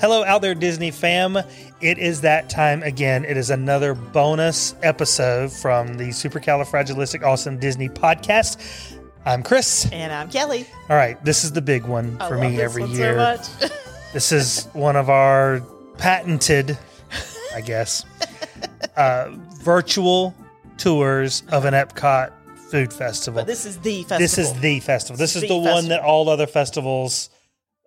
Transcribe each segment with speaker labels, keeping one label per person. Speaker 1: Hello, out there, Disney fam. It is that time again. It is another bonus episode from the Supercalifragilisticexpialidocious Disney podcast. I'm Chris.
Speaker 2: And I'm Kelly.
Speaker 1: All right, this is the big one
Speaker 2: I
Speaker 1: for
Speaker 2: love
Speaker 1: me
Speaker 2: this
Speaker 1: every
Speaker 2: one so
Speaker 1: year.
Speaker 2: much.
Speaker 1: This is one of our patented, I guess, uh, virtual tours of an Epcot food festival.
Speaker 2: but this is the festival.
Speaker 1: This is the festival. This is
Speaker 2: The
Speaker 1: the one
Speaker 2: festival.
Speaker 1: that all other festivals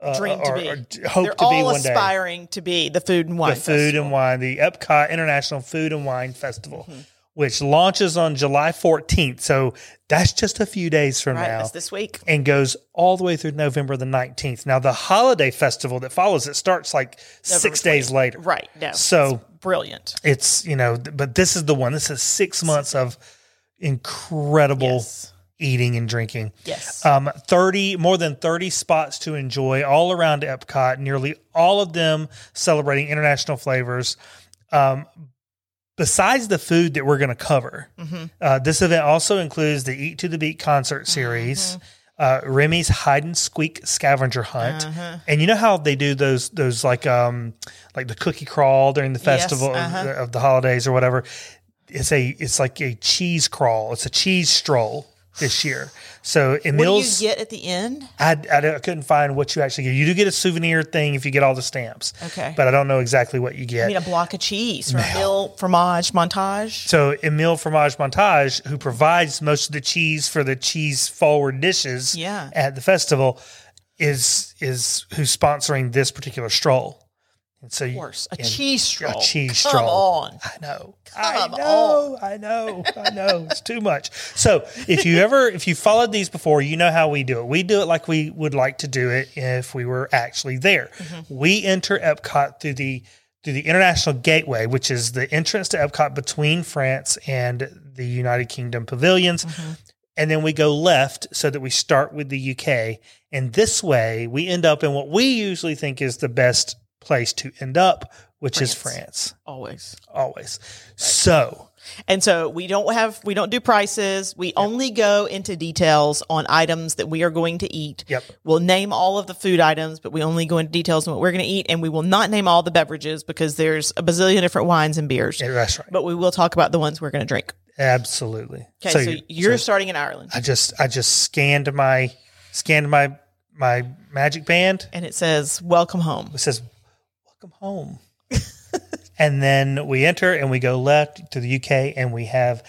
Speaker 1: uh,
Speaker 2: dream to
Speaker 1: are-
Speaker 2: be.
Speaker 1: are- d- hope
Speaker 2: They're
Speaker 1: to be
Speaker 2: all
Speaker 1: one day.
Speaker 2: aspiring to be the food and wine.
Speaker 1: the food and wine, the Epcot International Food and Wine Festival,
Speaker 2: Mm-hmm.
Speaker 1: which launches on July 14th. So that's just a few days from
Speaker 2: Right,
Speaker 1: now
Speaker 2: that's this week.
Speaker 1: and goes all the way through November the 19th. Now, the holiday festival that follows it starts like six days later.
Speaker 2: Right. No.
Speaker 1: So
Speaker 2: Brilliant.
Speaker 1: it's, you know, th- but this is the one. This is six months of incredible
Speaker 2: Yes.
Speaker 1: eating and drinking.
Speaker 2: Yes.
Speaker 1: Um, 30 more than 30 spots to enjoy all around Epcot, nearly all of them celebrating international flavors. Um, besides the food that we're going to cover,
Speaker 2: Mm-hmm.
Speaker 1: uh, this event also includes the Eat to the Beat concert series. Uh,
Speaker 2: Mm-hmm.
Speaker 1: Remy's hide and squeak scavenger hunt,
Speaker 2: Uh-huh.
Speaker 1: and you know how they do those those like um like the cookie crawl during the festival of
Speaker 2: uh-huh.
Speaker 1: the- of the holidays or whatever it's a it's like a cheese crawl. It's a cheese stroll this year. So
Speaker 2: what do
Speaker 1: Emil's,
Speaker 2: you get at the end?
Speaker 1: I, I don't- I couldn't find what you actually get. You do get a souvenir thing if you get all the stamps.
Speaker 2: Okay.
Speaker 1: but I don't know exactly what you get.
Speaker 2: I mean, a block of cheese from Bill Fromage Montage.
Speaker 1: so Emil Fromage Montage, who provides most of the cheese for the cheese forward dishes
Speaker 2: Yeah.
Speaker 1: at the festival, is is who's sponsoring this particular stroll. And so
Speaker 2: Of course, a cheese stroll.
Speaker 1: cheese
Speaker 2: Come
Speaker 1: stroll.
Speaker 2: on.
Speaker 1: I know. I
Speaker 2: Come
Speaker 1: know. I know. I know. It's too much. So if you ever if you followed these before, you know how we do it. We do it like we would like to do it if we were actually there.
Speaker 2: Mm-hmm.
Speaker 1: We enter Epcot through the through the international gateway, which is the entrance to Epcot between France and the United Kingdom pavilions.
Speaker 2: Mm-hmm.
Speaker 1: And then we go left so that we start with the UK. And this way we end up in what we usually think is the best place to end up, which is
Speaker 2: France.
Speaker 1: France
Speaker 2: Always.
Speaker 1: always. So
Speaker 2: And so we don't have we don't do prices. We only go into details on items that we are going to eat.
Speaker 1: Yep.
Speaker 2: We'll name all of the food items, but we only go into details on what we're going to eat and we will not name all the beverages because there's a bazillion different wines and beers.
Speaker 1: yeah, that's right.
Speaker 2: But we will talk about the ones we're going to drink.
Speaker 1: Absolutely.
Speaker 2: Okay, so,
Speaker 1: you-
Speaker 2: you're
Speaker 1: so
Speaker 2: starting in Ireland
Speaker 1: I just I just scanned my scanned my my magic band.
Speaker 2: and it says welcome home.
Speaker 1: It says welcome home. and then we enter and we go left to the UK and we have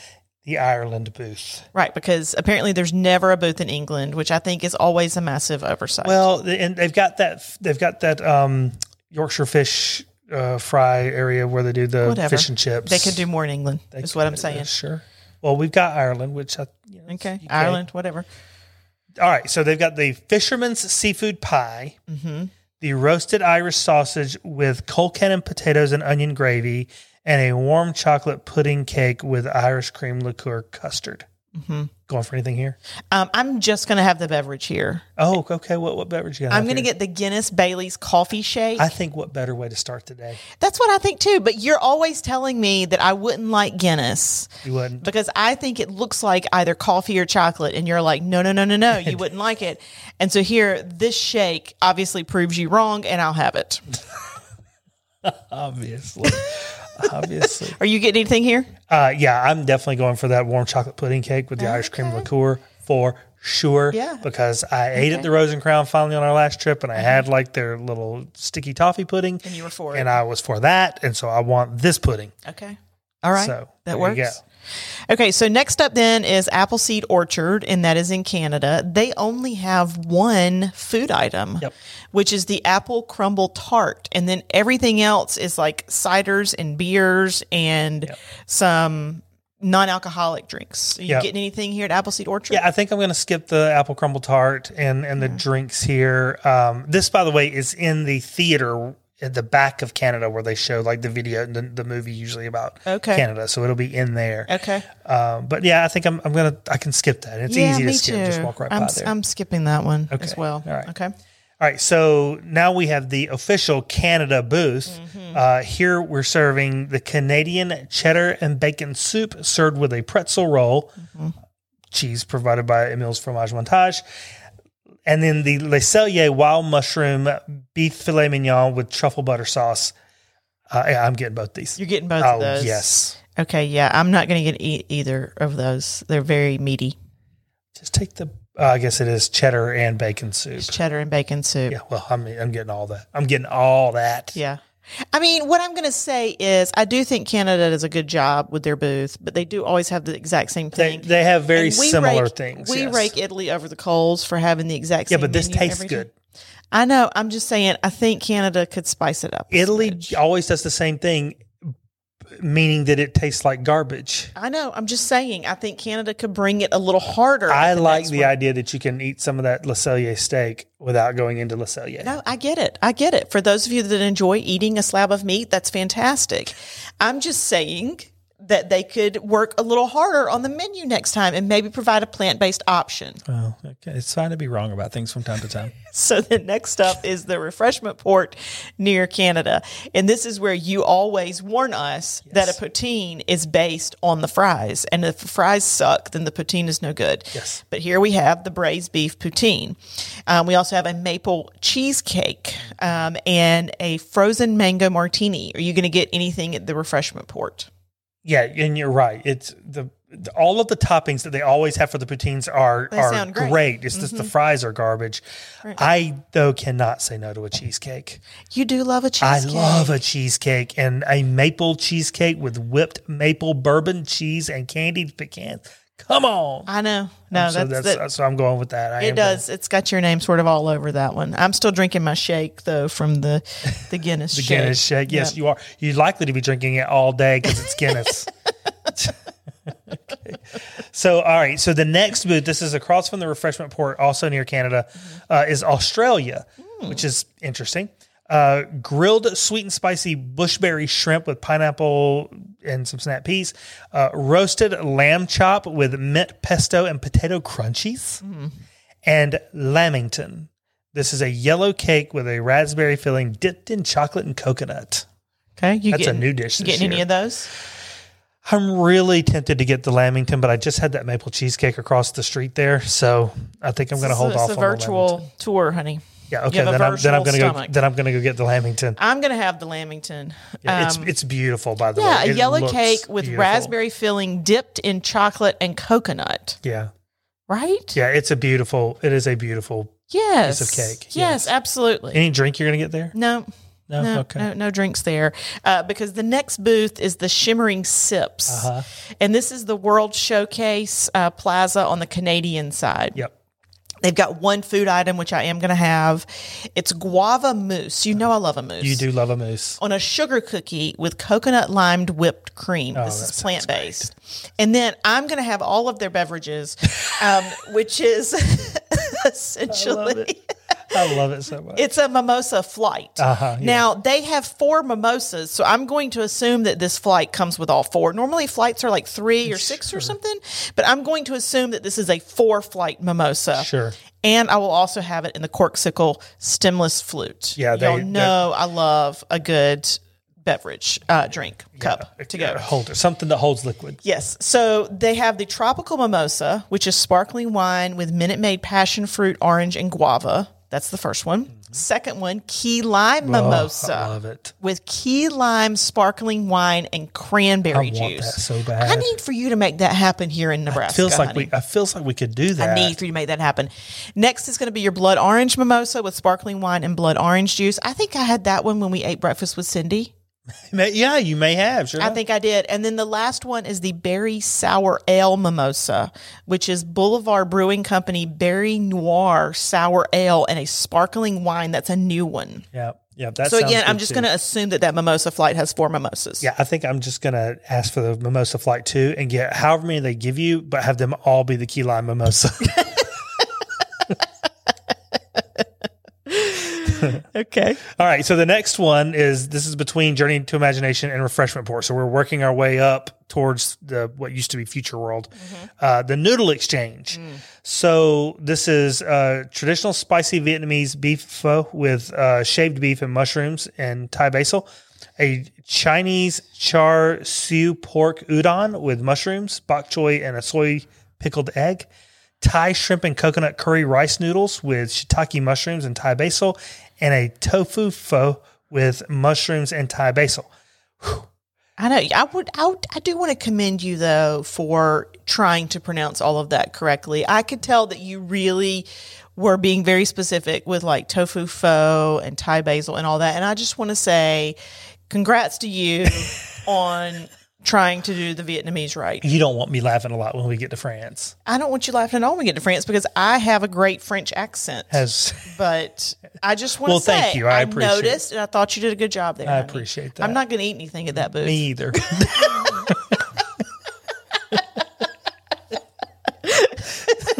Speaker 1: the Ireland booth.
Speaker 2: Right, because apparently there's never a booth in England, which I think is always a massive oversight.
Speaker 1: Well, th- and they've got that they've got that um Yorkshire fish uh, fry area where they do the
Speaker 2: Whatever.
Speaker 1: fish and chips. Uh,
Speaker 2: they could do more in England. Is what I'm saying.
Speaker 1: Sure. Well, we've got Ireland, which I you know, it's
Speaker 2: Okay,
Speaker 1: UK.
Speaker 2: Ireland, whatever.
Speaker 1: All right, so they've got the fisherman's seafood pie,
Speaker 2: Mm-hmm.
Speaker 1: the roasted Irish sausage with Colcannon potatoes and onion gravy, and a warm chocolate pudding cake with Irish cream liqueur custard.
Speaker 2: Mm-hmm.
Speaker 1: Going for anything here?
Speaker 2: Um, I'm just going to have the beverage here.
Speaker 1: Oh, okay. What what beverage you got?
Speaker 2: I'm going to get the Guinness Bailey's coffee shake.
Speaker 1: I think what better way to start today?
Speaker 2: That's what I think too. But you're always telling me that I wouldn't like Guinness
Speaker 1: You wouldn't.
Speaker 2: because I think it looks like either coffee or chocolate. And you're like, no, no, no, no, no, you wouldn't like it. And so here, this shake obviously proves you wrong and I'll have it.
Speaker 1: Obviously. Obviously.
Speaker 2: Are you getting anything here?
Speaker 1: Uh, yeah, I'm definitely going for that warm chocolate pudding cake with the Irish cream liqueur for sure.
Speaker 2: Yeah.
Speaker 1: Because I ate at the Rose and Crown finally on our last trip and I had like their little sticky toffee pudding. And
Speaker 2: you were for
Speaker 1: And
Speaker 2: it.
Speaker 1: I was for that. And so I want this pudding.
Speaker 2: Okay. All right.
Speaker 1: So
Speaker 2: that
Speaker 1: there
Speaker 2: works.
Speaker 1: you
Speaker 2: Okay, so next up then is Appleseed Orchard, and that is in Canada. They only have one food item,
Speaker 1: Yep.
Speaker 2: which is the apple crumble tart, and then everything else is like ciders and beers and some non-alcoholic drinks. Are you
Speaker 1: Yep.
Speaker 2: getting anything here at Appleseed Orchard?
Speaker 1: Yeah, I think I'm going to skip the apple crumble tart and, and the drinks here. Um, this, by the way, is in the theater at the back of Canada where they show like the video, the, the movie usually about
Speaker 2: Okay.
Speaker 1: Canada. So it'll be in there.
Speaker 2: Okay.
Speaker 1: Um, but yeah, I think I'm, I'm gonna I can skip that. It's
Speaker 2: yeah,
Speaker 1: easy
Speaker 2: me
Speaker 1: to skip. Just
Speaker 2: too.
Speaker 1: walk right
Speaker 2: I'm,
Speaker 1: by
Speaker 2: s-
Speaker 1: there.
Speaker 2: I'm skipping that one as well.
Speaker 1: All right.
Speaker 2: Okay.
Speaker 1: All right, so now we have the official Canada booth.
Speaker 2: Mm-hmm.
Speaker 1: Uh, here we're serving the Canadian cheddar and bacon soup served
Speaker 2: Mm-hmm.
Speaker 1: with a pretzel roll, cheese provided by Emil's Fromage Montage. And then the Le Cellier wild mushroom beef filet mignon with truffle butter sauce. Uh, yeah, I'm getting both these.
Speaker 2: You're getting both
Speaker 1: oh,
Speaker 2: of those.
Speaker 1: yes.
Speaker 2: Okay. Yeah. I'm not going to get e- either of those. They're very meaty.
Speaker 1: Just take the, uh, I guess it is cheddar and bacon soup.
Speaker 2: It's cheddar and bacon soup.
Speaker 1: Yeah, well, I'm, I'm getting all that. I'm getting all that.
Speaker 2: Yeah. I mean, what I'm going to say is, I do think Canada does a good job with their booth, but they do always have the exact same
Speaker 1: They,
Speaker 2: thing.
Speaker 1: they have very
Speaker 2: And we
Speaker 1: similar
Speaker 2: rake-
Speaker 1: things.
Speaker 2: We
Speaker 1: yes.
Speaker 2: rake Italy over the coals for having the exact
Speaker 1: Yeah,
Speaker 2: same.
Speaker 1: but this
Speaker 2: menu
Speaker 1: tastes
Speaker 2: every
Speaker 1: good.
Speaker 2: time. I know. I'm just saying. I think Canada could spice it up. a
Speaker 1: Italy
Speaker 2: smidge.
Speaker 1: always does the same thing, meaning that it tastes like garbage.
Speaker 2: I know. I'm just saying. I think Canada could bring it a little harder.
Speaker 1: I
Speaker 2: at the
Speaker 1: like
Speaker 2: next
Speaker 1: the
Speaker 2: one.
Speaker 1: idea that you can eat some of that Le Cellier steak without going into Le Cellier.
Speaker 2: No, I get it. I get it. For those of you that enjoy eating a slab of meat, that's fantastic. I'm just saying that they could work a little harder on the menu next time and maybe provide a plant based option.
Speaker 3: Well, okay. It's fine to be wrong about things from time to time.
Speaker 2: So the next up is the refreshment port near Canada. And this is where you always warn us that a poutine is based on the fries. And if the fries suck, then the poutine is no good.
Speaker 1: Yes.
Speaker 2: But here we have the braised beef poutine. Um, we also have a maple cheesecake um, and a frozen mango martini. Are you going to get anything at the refreshment port?
Speaker 1: Yeah, and you're right. It's the, the- all of the toppings that they always have for the poutines are
Speaker 2: They
Speaker 1: are
Speaker 2: sound
Speaker 1: great.
Speaker 2: great. Mm-hmm.
Speaker 1: It's just the fries are garbage. I though cannot say no to a cheesecake.
Speaker 2: You do love a
Speaker 1: I
Speaker 2: cheesecake.
Speaker 1: love a cheesecake and a maple cheesecake with whipped maple bourbon cheese and candied pecans. Come on.
Speaker 2: I know. No,
Speaker 1: so
Speaker 2: that's,
Speaker 1: that's, uh,
Speaker 2: that,
Speaker 1: so I'm going with that. I
Speaker 2: It
Speaker 1: am going-
Speaker 2: does. It's got your name sort of all over that one. I'm still drinking my shake though from the the Guinness
Speaker 1: The
Speaker 2: shake.
Speaker 1: Guinness shake. Yes,
Speaker 2: Yeah.
Speaker 1: you are. You're likely to be drinking it all day because it's Guinness. Okay. So, all right. So, the next booth, this is across from the refreshment port, also near Canada, uh, is Australia, which is interesting. Uh, grilled sweet and spicy bushberry shrimp with pineapple and some snap peas. Uh, roasted lamb chop with mint pesto and potato crunchies and lamington. This is a yellow cake with a raspberry filling dipped in chocolate and coconut.
Speaker 2: Okay, you
Speaker 1: That's a
Speaker 2: getting,
Speaker 1: new dish
Speaker 2: You
Speaker 1: this
Speaker 2: getting any
Speaker 1: year.
Speaker 2: of those?
Speaker 1: I'm really tempted to get the lamington, but I just had that maple cheesecake across the street there, so I think I'm going to hold
Speaker 2: it's
Speaker 1: off.
Speaker 2: a
Speaker 1: on the Lamington.
Speaker 2: virtual tour, honey.
Speaker 1: Yeah. Okay.
Speaker 2: have a
Speaker 1: Then I'm, then I'm going
Speaker 2: virtual
Speaker 1: to go.
Speaker 2: stomach.
Speaker 1: Then I'm going to go get the lamington.
Speaker 2: I'm gonna have the Lamington.
Speaker 1: Yeah,
Speaker 2: Um,
Speaker 1: it's it's beautiful, by the
Speaker 2: yeah,
Speaker 1: way.
Speaker 2: a
Speaker 1: It
Speaker 2: yellow
Speaker 1: looks
Speaker 2: cake with
Speaker 1: beautiful.
Speaker 2: raspberry filling dipped in chocolate and coconut.
Speaker 1: Yeah.
Speaker 2: Right?
Speaker 1: Yeah. It's a beautiful. It is a beautiful.
Speaker 2: Yes.
Speaker 1: of cake,
Speaker 2: Yes, absolutely.
Speaker 1: Any drink you're going to get there?
Speaker 2: no.
Speaker 1: No.
Speaker 2: No,
Speaker 1: okay.
Speaker 2: no, no drinks there, uh, because the next booth is the Shimmering Sips,
Speaker 1: Uh-huh.
Speaker 2: and this is the World Showcase uh, Plaza on the Canadian side.
Speaker 1: Yep.
Speaker 2: They've got one food item which I am going to have. It's guava mousse. You know I love a mousse.
Speaker 1: You do love a moose.
Speaker 2: On a sugar cookie with coconut limed whipped cream.
Speaker 1: that
Speaker 2: this
Speaker 1: sounds
Speaker 2: is plant based. And then I'm going to have all of their beverages, um, which is essentially
Speaker 1: I love it so much.
Speaker 2: it's a mimosa flight.
Speaker 1: Uh-huh, yeah.
Speaker 2: Now they have four mimosas, so I'm going to assume that this flight comes with all four. Normally flights are like three or six or something, but I'm going to assume that this is a four flight mimosa.
Speaker 1: Sure.
Speaker 2: And I will also have it in the corksicle stemless flute.
Speaker 1: Yeah, they-
Speaker 2: y'all
Speaker 1: that-
Speaker 2: know I love a good beverage uh, drink cup to go.
Speaker 1: Holder. Something that holds liquid.
Speaker 2: Yes. So they have the tropical mimosa, which is sparkling wine with Minute Maid passion fruit, orange, and guava. That's the first one. Second one, key lime mimosa
Speaker 1: Oh, I love it.
Speaker 2: with key lime sparkling wine and cranberry
Speaker 1: I want
Speaker 2: juice.
Speaker 1: that so bad.
Speaker 2: I need for you to make that happen here in Nebraska.
Speaker 1: feels like
Speaker 2: honey.
Speaker 1: we. I feels like we could do that.
Speaker 2: I need for you to make that happen. Next is going to be your blood orange mimosa with sparkling wine and blood orange juice. I think I had that one when we ate breakfast with Cindy.
Speaker 1: May- yeah, you may have. Sure.
Speaker 2: I think I did. And then the last one is the Berry Sour Ale Mimosa, which is Boulevard Brewing Company Berry Noir Sour Ale and a sparkling wine. That's a new one.
Speaker 1: yeah, yeah. That
Speaker 2: So
Speaker 1: sounds
Speaker 2: again, I'm
Speaker 1: good
Speaker 2: just
Speaker 1: too.
Speaker 2: going to assume that that mimosa flight has four mimosas.
Speaker 1: Yeah, I think I'm just gonna ask for the mimosa flight too, and get however many they give you, but have them all be the key lime mimosa.
Speaker 2: Okay.
Speaker 1: all right. So the next one is this is between Journey to Imagination and Refreshment Port. So we're working our way up towards the what used to be Future World,
Speaker 2: Mm-hmm.
Speaker 1: uh, the Noodle Exchange.
Speaker 2: Mm.
Speaker 1: So this is uh, traditional spicy Vietnamese beef pho with uh, shaved beef and mushrooms and Thai basil. a Chinese char siu pork udon with mushrooms, bok choy, and a soy pickled egg. Thai shrimp and coconut curry rice noodles with shiitake mushrooms and Thai basil, and a tofu pho with mushrooms and Thai basil.
Speaker 2: I know. I would. I, would, I do want to commend you though for trying to pronounce all of that correctly. I could tell that you really were being very specific with like tofu pho and Thai basil and all that. And I just want to say, congrats to you on trying to do the Vietnamese right.
Speaker 1: You don't want me laughing a lot when we get to France.
Speaker 2: I don't want you laughing at all when we get to France because I have a great French accent.
Speaker 1: As
Speaker 2: But I just want
Speaker 1: Well,
Speaker 2: to say,
Speaker 1: thank you. I appreciate it.
Speaker 2: noticed and I thought you did a good job there.
Speaker 1: I
Speaker 2: honey.
Speaker 1: appreciate that.
Speaker 2: I'm not going to eat anything at that booth.
Speaker 1: me either.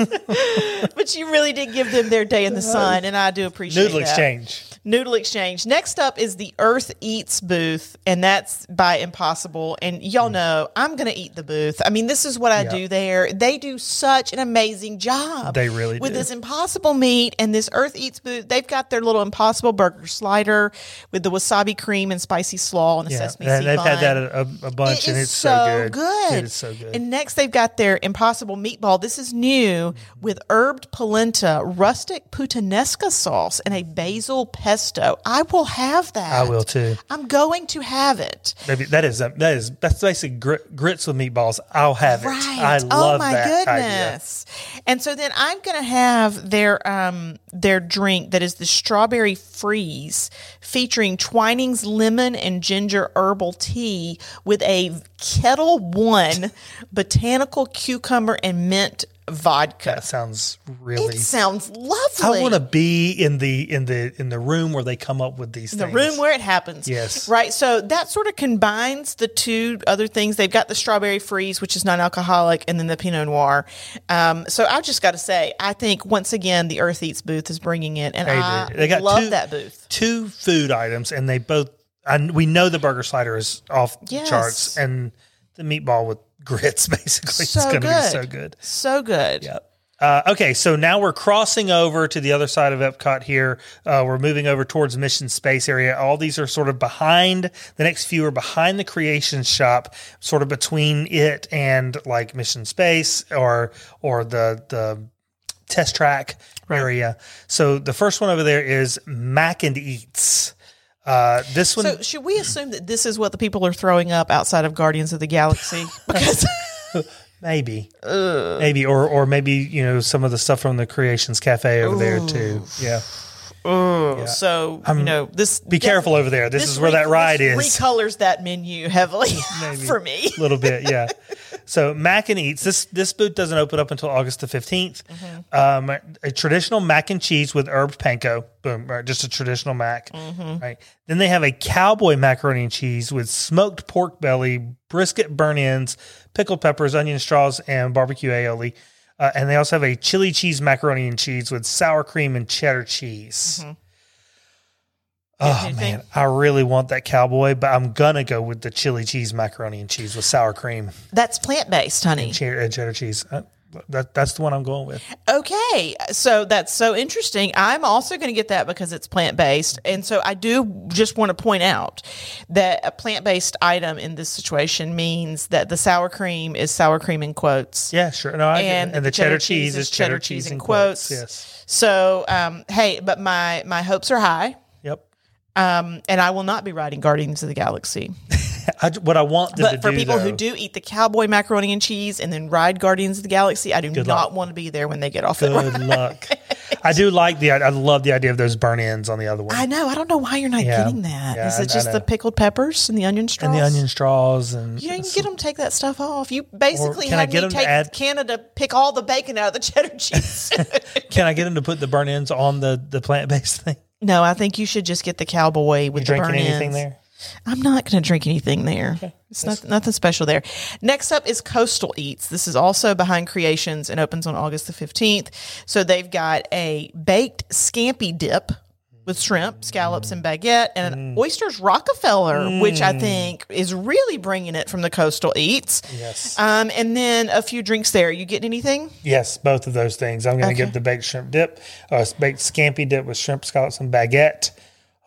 Speaker 2: But you really did give them their day in the sun, and I do appreciate
Speaker 1: Noodle
Speaker 2: that.
Speaker 1: exchange.
Speaker 2: Noodle Exchange. Next up is the Earth Eats booth, and that's by Impossible. And
Speaker 1: Mm.
Speaker 2: y'all know I'm going to eat the booth. I mean, this is what I do there. They do such an amazing job.
Speaker 1: They really
Speaker 2: with
Speaker 1: do.
Speaker 2: this Impossible meat and this Earth Eats booth. They've got their little Impossible burger slider with the wasabi cream and spicy slaw and the
Speaker 1: Yeah,
Speaker 2: sesame
Speaker 1: they-
Speaker 2: seed
Speaker 1: they've
Speaker 2: bun.
Speaker 1: had that a, a- a bunch,
Speaker 2: It
Speaker 1: and
Speaker 2: is
Speaker 1: it's so, good. It is so good.
Speaker 2: And next, they've got their Impossible Meatball. This is new with herbed polenta, rustic puttanesca sauce, and a basil pesto. I will have that.
Speaker 1: I will too.
Speaker 2: I'm going to have it.
Speaker 1: Maybe that is a, that is that's basically grit, grits with meatballs. I'll have it.
Speaker 2: Right.
Speaker 1: I
Speaker 2: oh
Speaker 1: love
Speaker 2: my
Speaker 1: that idea.
Speaker 2: goodness. And so then I'm going to have their um their drink that is the strawberry freeze featuring Twining's lemon and ginger herbal tea with a kettle one botanical cucumber and mint vodka.
Speaker 1: That sounds really.
Speaker 2: It sounds lovely.
Speaker 1: I want to be in the in the in the room where they come up with these
Speaker 2: the
Speaker 1: things.
Speaker 2: room where it happens.
Speaker 1: Yes.
Speaker 2: Right. So that sort of combines the two other things. They've got the strawberry freeze, which is non alcoholic, and then the Pinot Noir. Um, so I've just got to say, I think once again, the Earth Eats booth is bringing it. And
Speaker 1: They
Speaker 2: I
Speaker 1: do. They got
Speaker 2: love
Speaker 1: two-
Speaker 2: that booth.
Speaker 1: two food items, and they both. I, we know the burger slider is off the
Speaker 2: Yes.
Speaker 1: charts, and the meatball with grits basically
Speaker 2: So
Speaker 1: is going to be
Speaker 2: good.
Speaker 1: so good.
Speaker 2: So good.
Speaker 1: Yep. Uh, okay, so now we're crossing over to the other side of Epcot here. Uh, we're moving over towards Mission Space area. All these are sort of behind, the next few are behind the creation shop, sort of between it and like Mission Space or or the the test track area. So the first one over there is Mac and Eats. Uh, this one
Speaker 2: So should we assume that this is what the people are throwing up outside of Guardians of the Galaxy? Because
Speaker 1: Maybe, maybe, or or maybe you know some of the stuff from the Creations Cafe over there too. Yeah,
Speaker 2: so you know this.
Speaker 1: be careful over there. This, is where that ride is.
Speaker 2: Recolors that menu heavily for me.
Speaker 1: a little bit, yeah. So mac and eats. This this booth doesn't open up until August the 15th Um, a traditional mac and cheese with herb panko. Boom, right, just a traditional mac. Right. Then they have a cowboy macaroni and cheese with smoked pork belly, brisket burn ends, pickled peppers, onion straws, and barbecue aioli. Uh, and they also have a chili cheese macaroni and cheese with sour cream and cheddar cheese. Oh
Speaker 2: anything?
Speaker 1: man, I really want that cowboy, but I'm gonna go with the chili cheese macaroni and cheese with sour cream
Speaker 2: That's plant based, honey.
Speaker 1: cheddar, uh, cheddar cheese. Uh, that that's the one I'm going with.
Speaker 2: Okay, so that's so interesting. I'm also going to get that because it's plant based. And so I do just want to point out that a plant based item in this situation means that the sour cream is sour cream in quotes.
Speaker 1: Yeah, sure. No, I get it.
Speaker 2: And
Speaker 1: and, the cheddar, cheese is cheddar cheese in quotes. Yes.
Speaker 2: So, um, hey, but my, my hopes are high,
Speaker 1: Yep.
Speaker 2: um, and I will not be riding Guardians of the Galaxy.
Speaker 1: I, what I want them
Speaker 2: But
Speaker 1: to
Speaker 2: for
Speaker 1: do,
Speaker 2: people who
Speaker 1: though-
Speaker 2: do eat the cowboy macaroni and cheese and then ride Guardians of the Galaxy, I do not want to be there when they get off. that ride.
Speaker 1: good luck. I do like the. I love the idea of those burn ends on the other one
Speaker 2: I know. I don't know why you're not getting that. Is
Speaker 1: Yeah, I-
Speaker 2: it
Speaker 1: I
Speaker 2: just the
Speaker 1: know.
Speaker 2: pickled peppers and the onion straws?
Speaker 1: and the onion straws and
Speaker 2: You know, you can get them to take that stuff off. You basically
Speaker 1: can I
Speaker 2: had
Speaker 1: get
Speaker 2: me
Speaker 1: 'em to
Speaker 2: take
Speaker 1: add-
Speaker 2: Canada pick all the bacon out of the cheddar cheese.
Speaker 1: Can I get them to put the burn ends on the the plant based thing?
Speaker 2: no, I think you should just get the cowboy with the
Speaker 1: Drinking
Speaker 2: burn
Speaker 1: anything
Speaker 2: ends.
Speaker 1: there?
Speaker 2: I'm not going to drink anything there. It's nothing, nothing special there. Next up is Coastal Eats. This is also behind Creations and opens on August the 15th. So they've got a baked scampi dip with shrimp, scallops, and baguette, and an oysters Rockefeller, which I think is really bringing it from the Coastal Eats.
Speaker 1: Yes.
Speaker 2: Um, and then a few drinks there. You getting anything?
Speaker 1: Yes, both of those things. I'm going to
Speaker 2: Okay.
Speaker 1: get the baked shrimp dip, uh, baked scampi dip with shrimp scallops and baguette.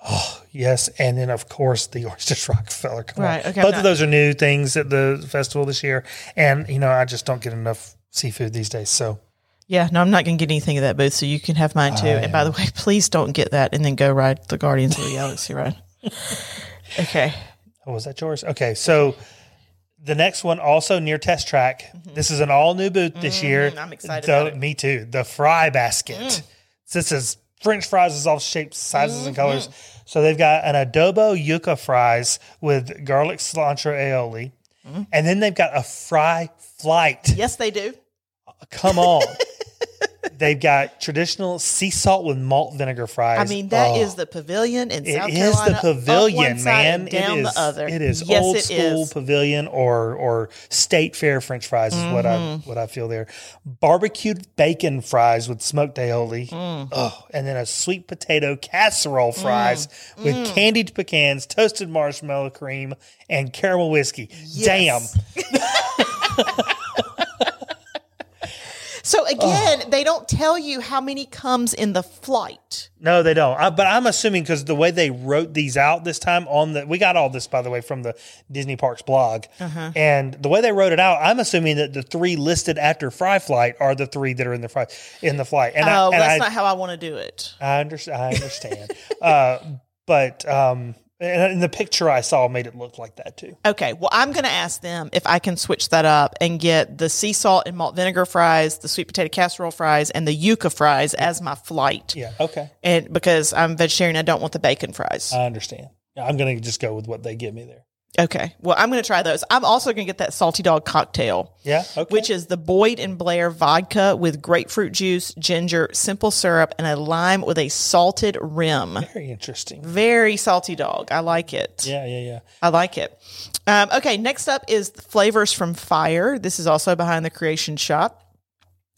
Speaker 1: Oh yes, and then of course the oysters Rockefeller. Come
Speaker 2: Right,
Speaker 1: on,
Speaker 2: okay, I'm
Speaker 1: both
Speaker 2: not-
Speaker 1: of those are new things at the festival this year, and you know I just don't get enough seafood these days, so
Speaker 2: Yeah, no, I'm not going to get anything at that booth, so you can have mine too. and by the way, please don't get that and then go ride the Guardians of the Galaxy ride. Okay.
Speaker 1: Oh, was that yours? Okay, so the next one also near Test Track. This is an all new booth this year.
Speaker 2: Mm-hmm. I'm excited
Speaker 1: The-
Speaker 2: about it. Mm.
Speaker 1: Me too. The fry basket. This is French fries is all shapes, sizes,
Speaker 2: Mm-hmm.
Speaker 1: and colors. So they've got an adobo yuca fries with garlic cilantro aioli,
Speaker 2: Mm.
Speaker 1: and then they've got a fry flight.
Speaker 2: Yes, they do.
Speaker 1: Come on. They've got traditional sea salt with malt vinegar fries.
Speaker 2: I mean, that
Speaker 1: Oh.
Speaker 2: is the pavilion in South
Speaker 1: It is
Speaker 2: Carolina.
Speaker 1: the
Speaker 2: up one
Speaker 1: pavilion,
Speaker 2: side
Speaker 1: man.
Speaker 2: and down
Speaker 1: it is
Speaker 2: the other.
Speaker 1: It is
Speaker 2: Yes,
Speaker 1: old
Speaker 2: it
Speaker 1: school
Speaker 2: is.
Speaker 1: pavilion or or state fair French fries is what I
Speaker 2: Mm-hmm.
Speaker 1: what I feel there. Barbecued bacon fries with smoked aioli.
Speaker 2: Mm.
Speaker 1: Oh, and then a sweet potato casserole fries with
Speaker 2: Mm.
Speaker 1: candied pecans, toasted marshmallow cream, and caramel whiskey.
Speaker 2: Yes.
Speaker 1: Damn,
Speaker 2: So again, they don't tell you how many comes in the flight.
Speaker 1: no, they don't. I, but I'm assuming because the way they wrote these out this time on the, we got all this by the way from the Disney Parks blog,
Speaker 2: Uh-huh.
Speaker 1: and the way they wrote it out, I'm assuming that the three listed after Fry Flight are the three that are in the fry in the flight. And I,
Speaker 2: Oh,
Speaker 1: and
Speaker 2: that's
Speaker 1: I,
Speaker 2: not how I want to do it.
Speaker 1: I understand. I understand. uh, but um, and, and the picture I saw made it look like that too.
Speaker 2: Okay, well, I'm going to ask them if I can switch that up and get the sea salt and malt vinegar fries, the sweet potato casserole fries, and the yuca fries as my flight.
Speaker 1: Yeah. Okay.
Speaker 2: And because I'm vegetarian, I don't want the bacon fries.
Speaker 1: I understand. I'm gonna just go with what they give me there.
Speaker 2: okay, well, I'm going to try those. I'm also going to get that salty dog cocktail.
Speaker 1: Yeah. Okay.
Speaker 2: which is the Boyd and Blair vodka with grapefruit juice, ginger, simple syrup, and a lime with a salted rim.
Speaker 1: very interesting.
Speaker 2: Very salty dog. I like it.
Speaker 1: Yeah. Yeah. Yeah.
Speaker 2: I like it. Um, okay, next up is Flavors from Fire. This is also behind the Creation Shop.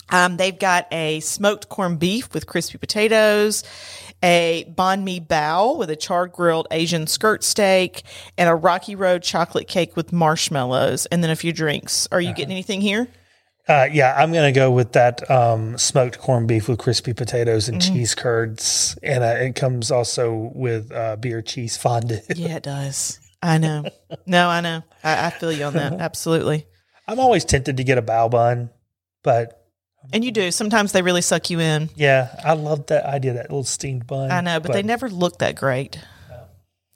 Speaker 2: Um, they've got a smoked corned beef with crispy potatoes, a banh mi bao with a charred grilled Asian skirt steak, and a Rocky Road chocolate cake with marshmallows, and then a few drinks. Are you getting anything here?
Speaker 1: Uh, yeah, I'm gonna go with that um, smoked corned beef with crispy potatoes and
Speaker 2: Mm-hmm.
Speaker 1: cheese curds, and uh, it comes also with uh, beer cheese fondue.
Speaker 2: Yeah, it does. I know. No, I know. I, I feel you on that. Absolutely.
Speaker 1: I'm always tempted to get a bao bun, but
Speaker 2: And you do. Sometimes they really suck you in.
Speaker 1: yeah, I love that idea that little steamed bun.
Speaker 2: I know, but, they never look that great.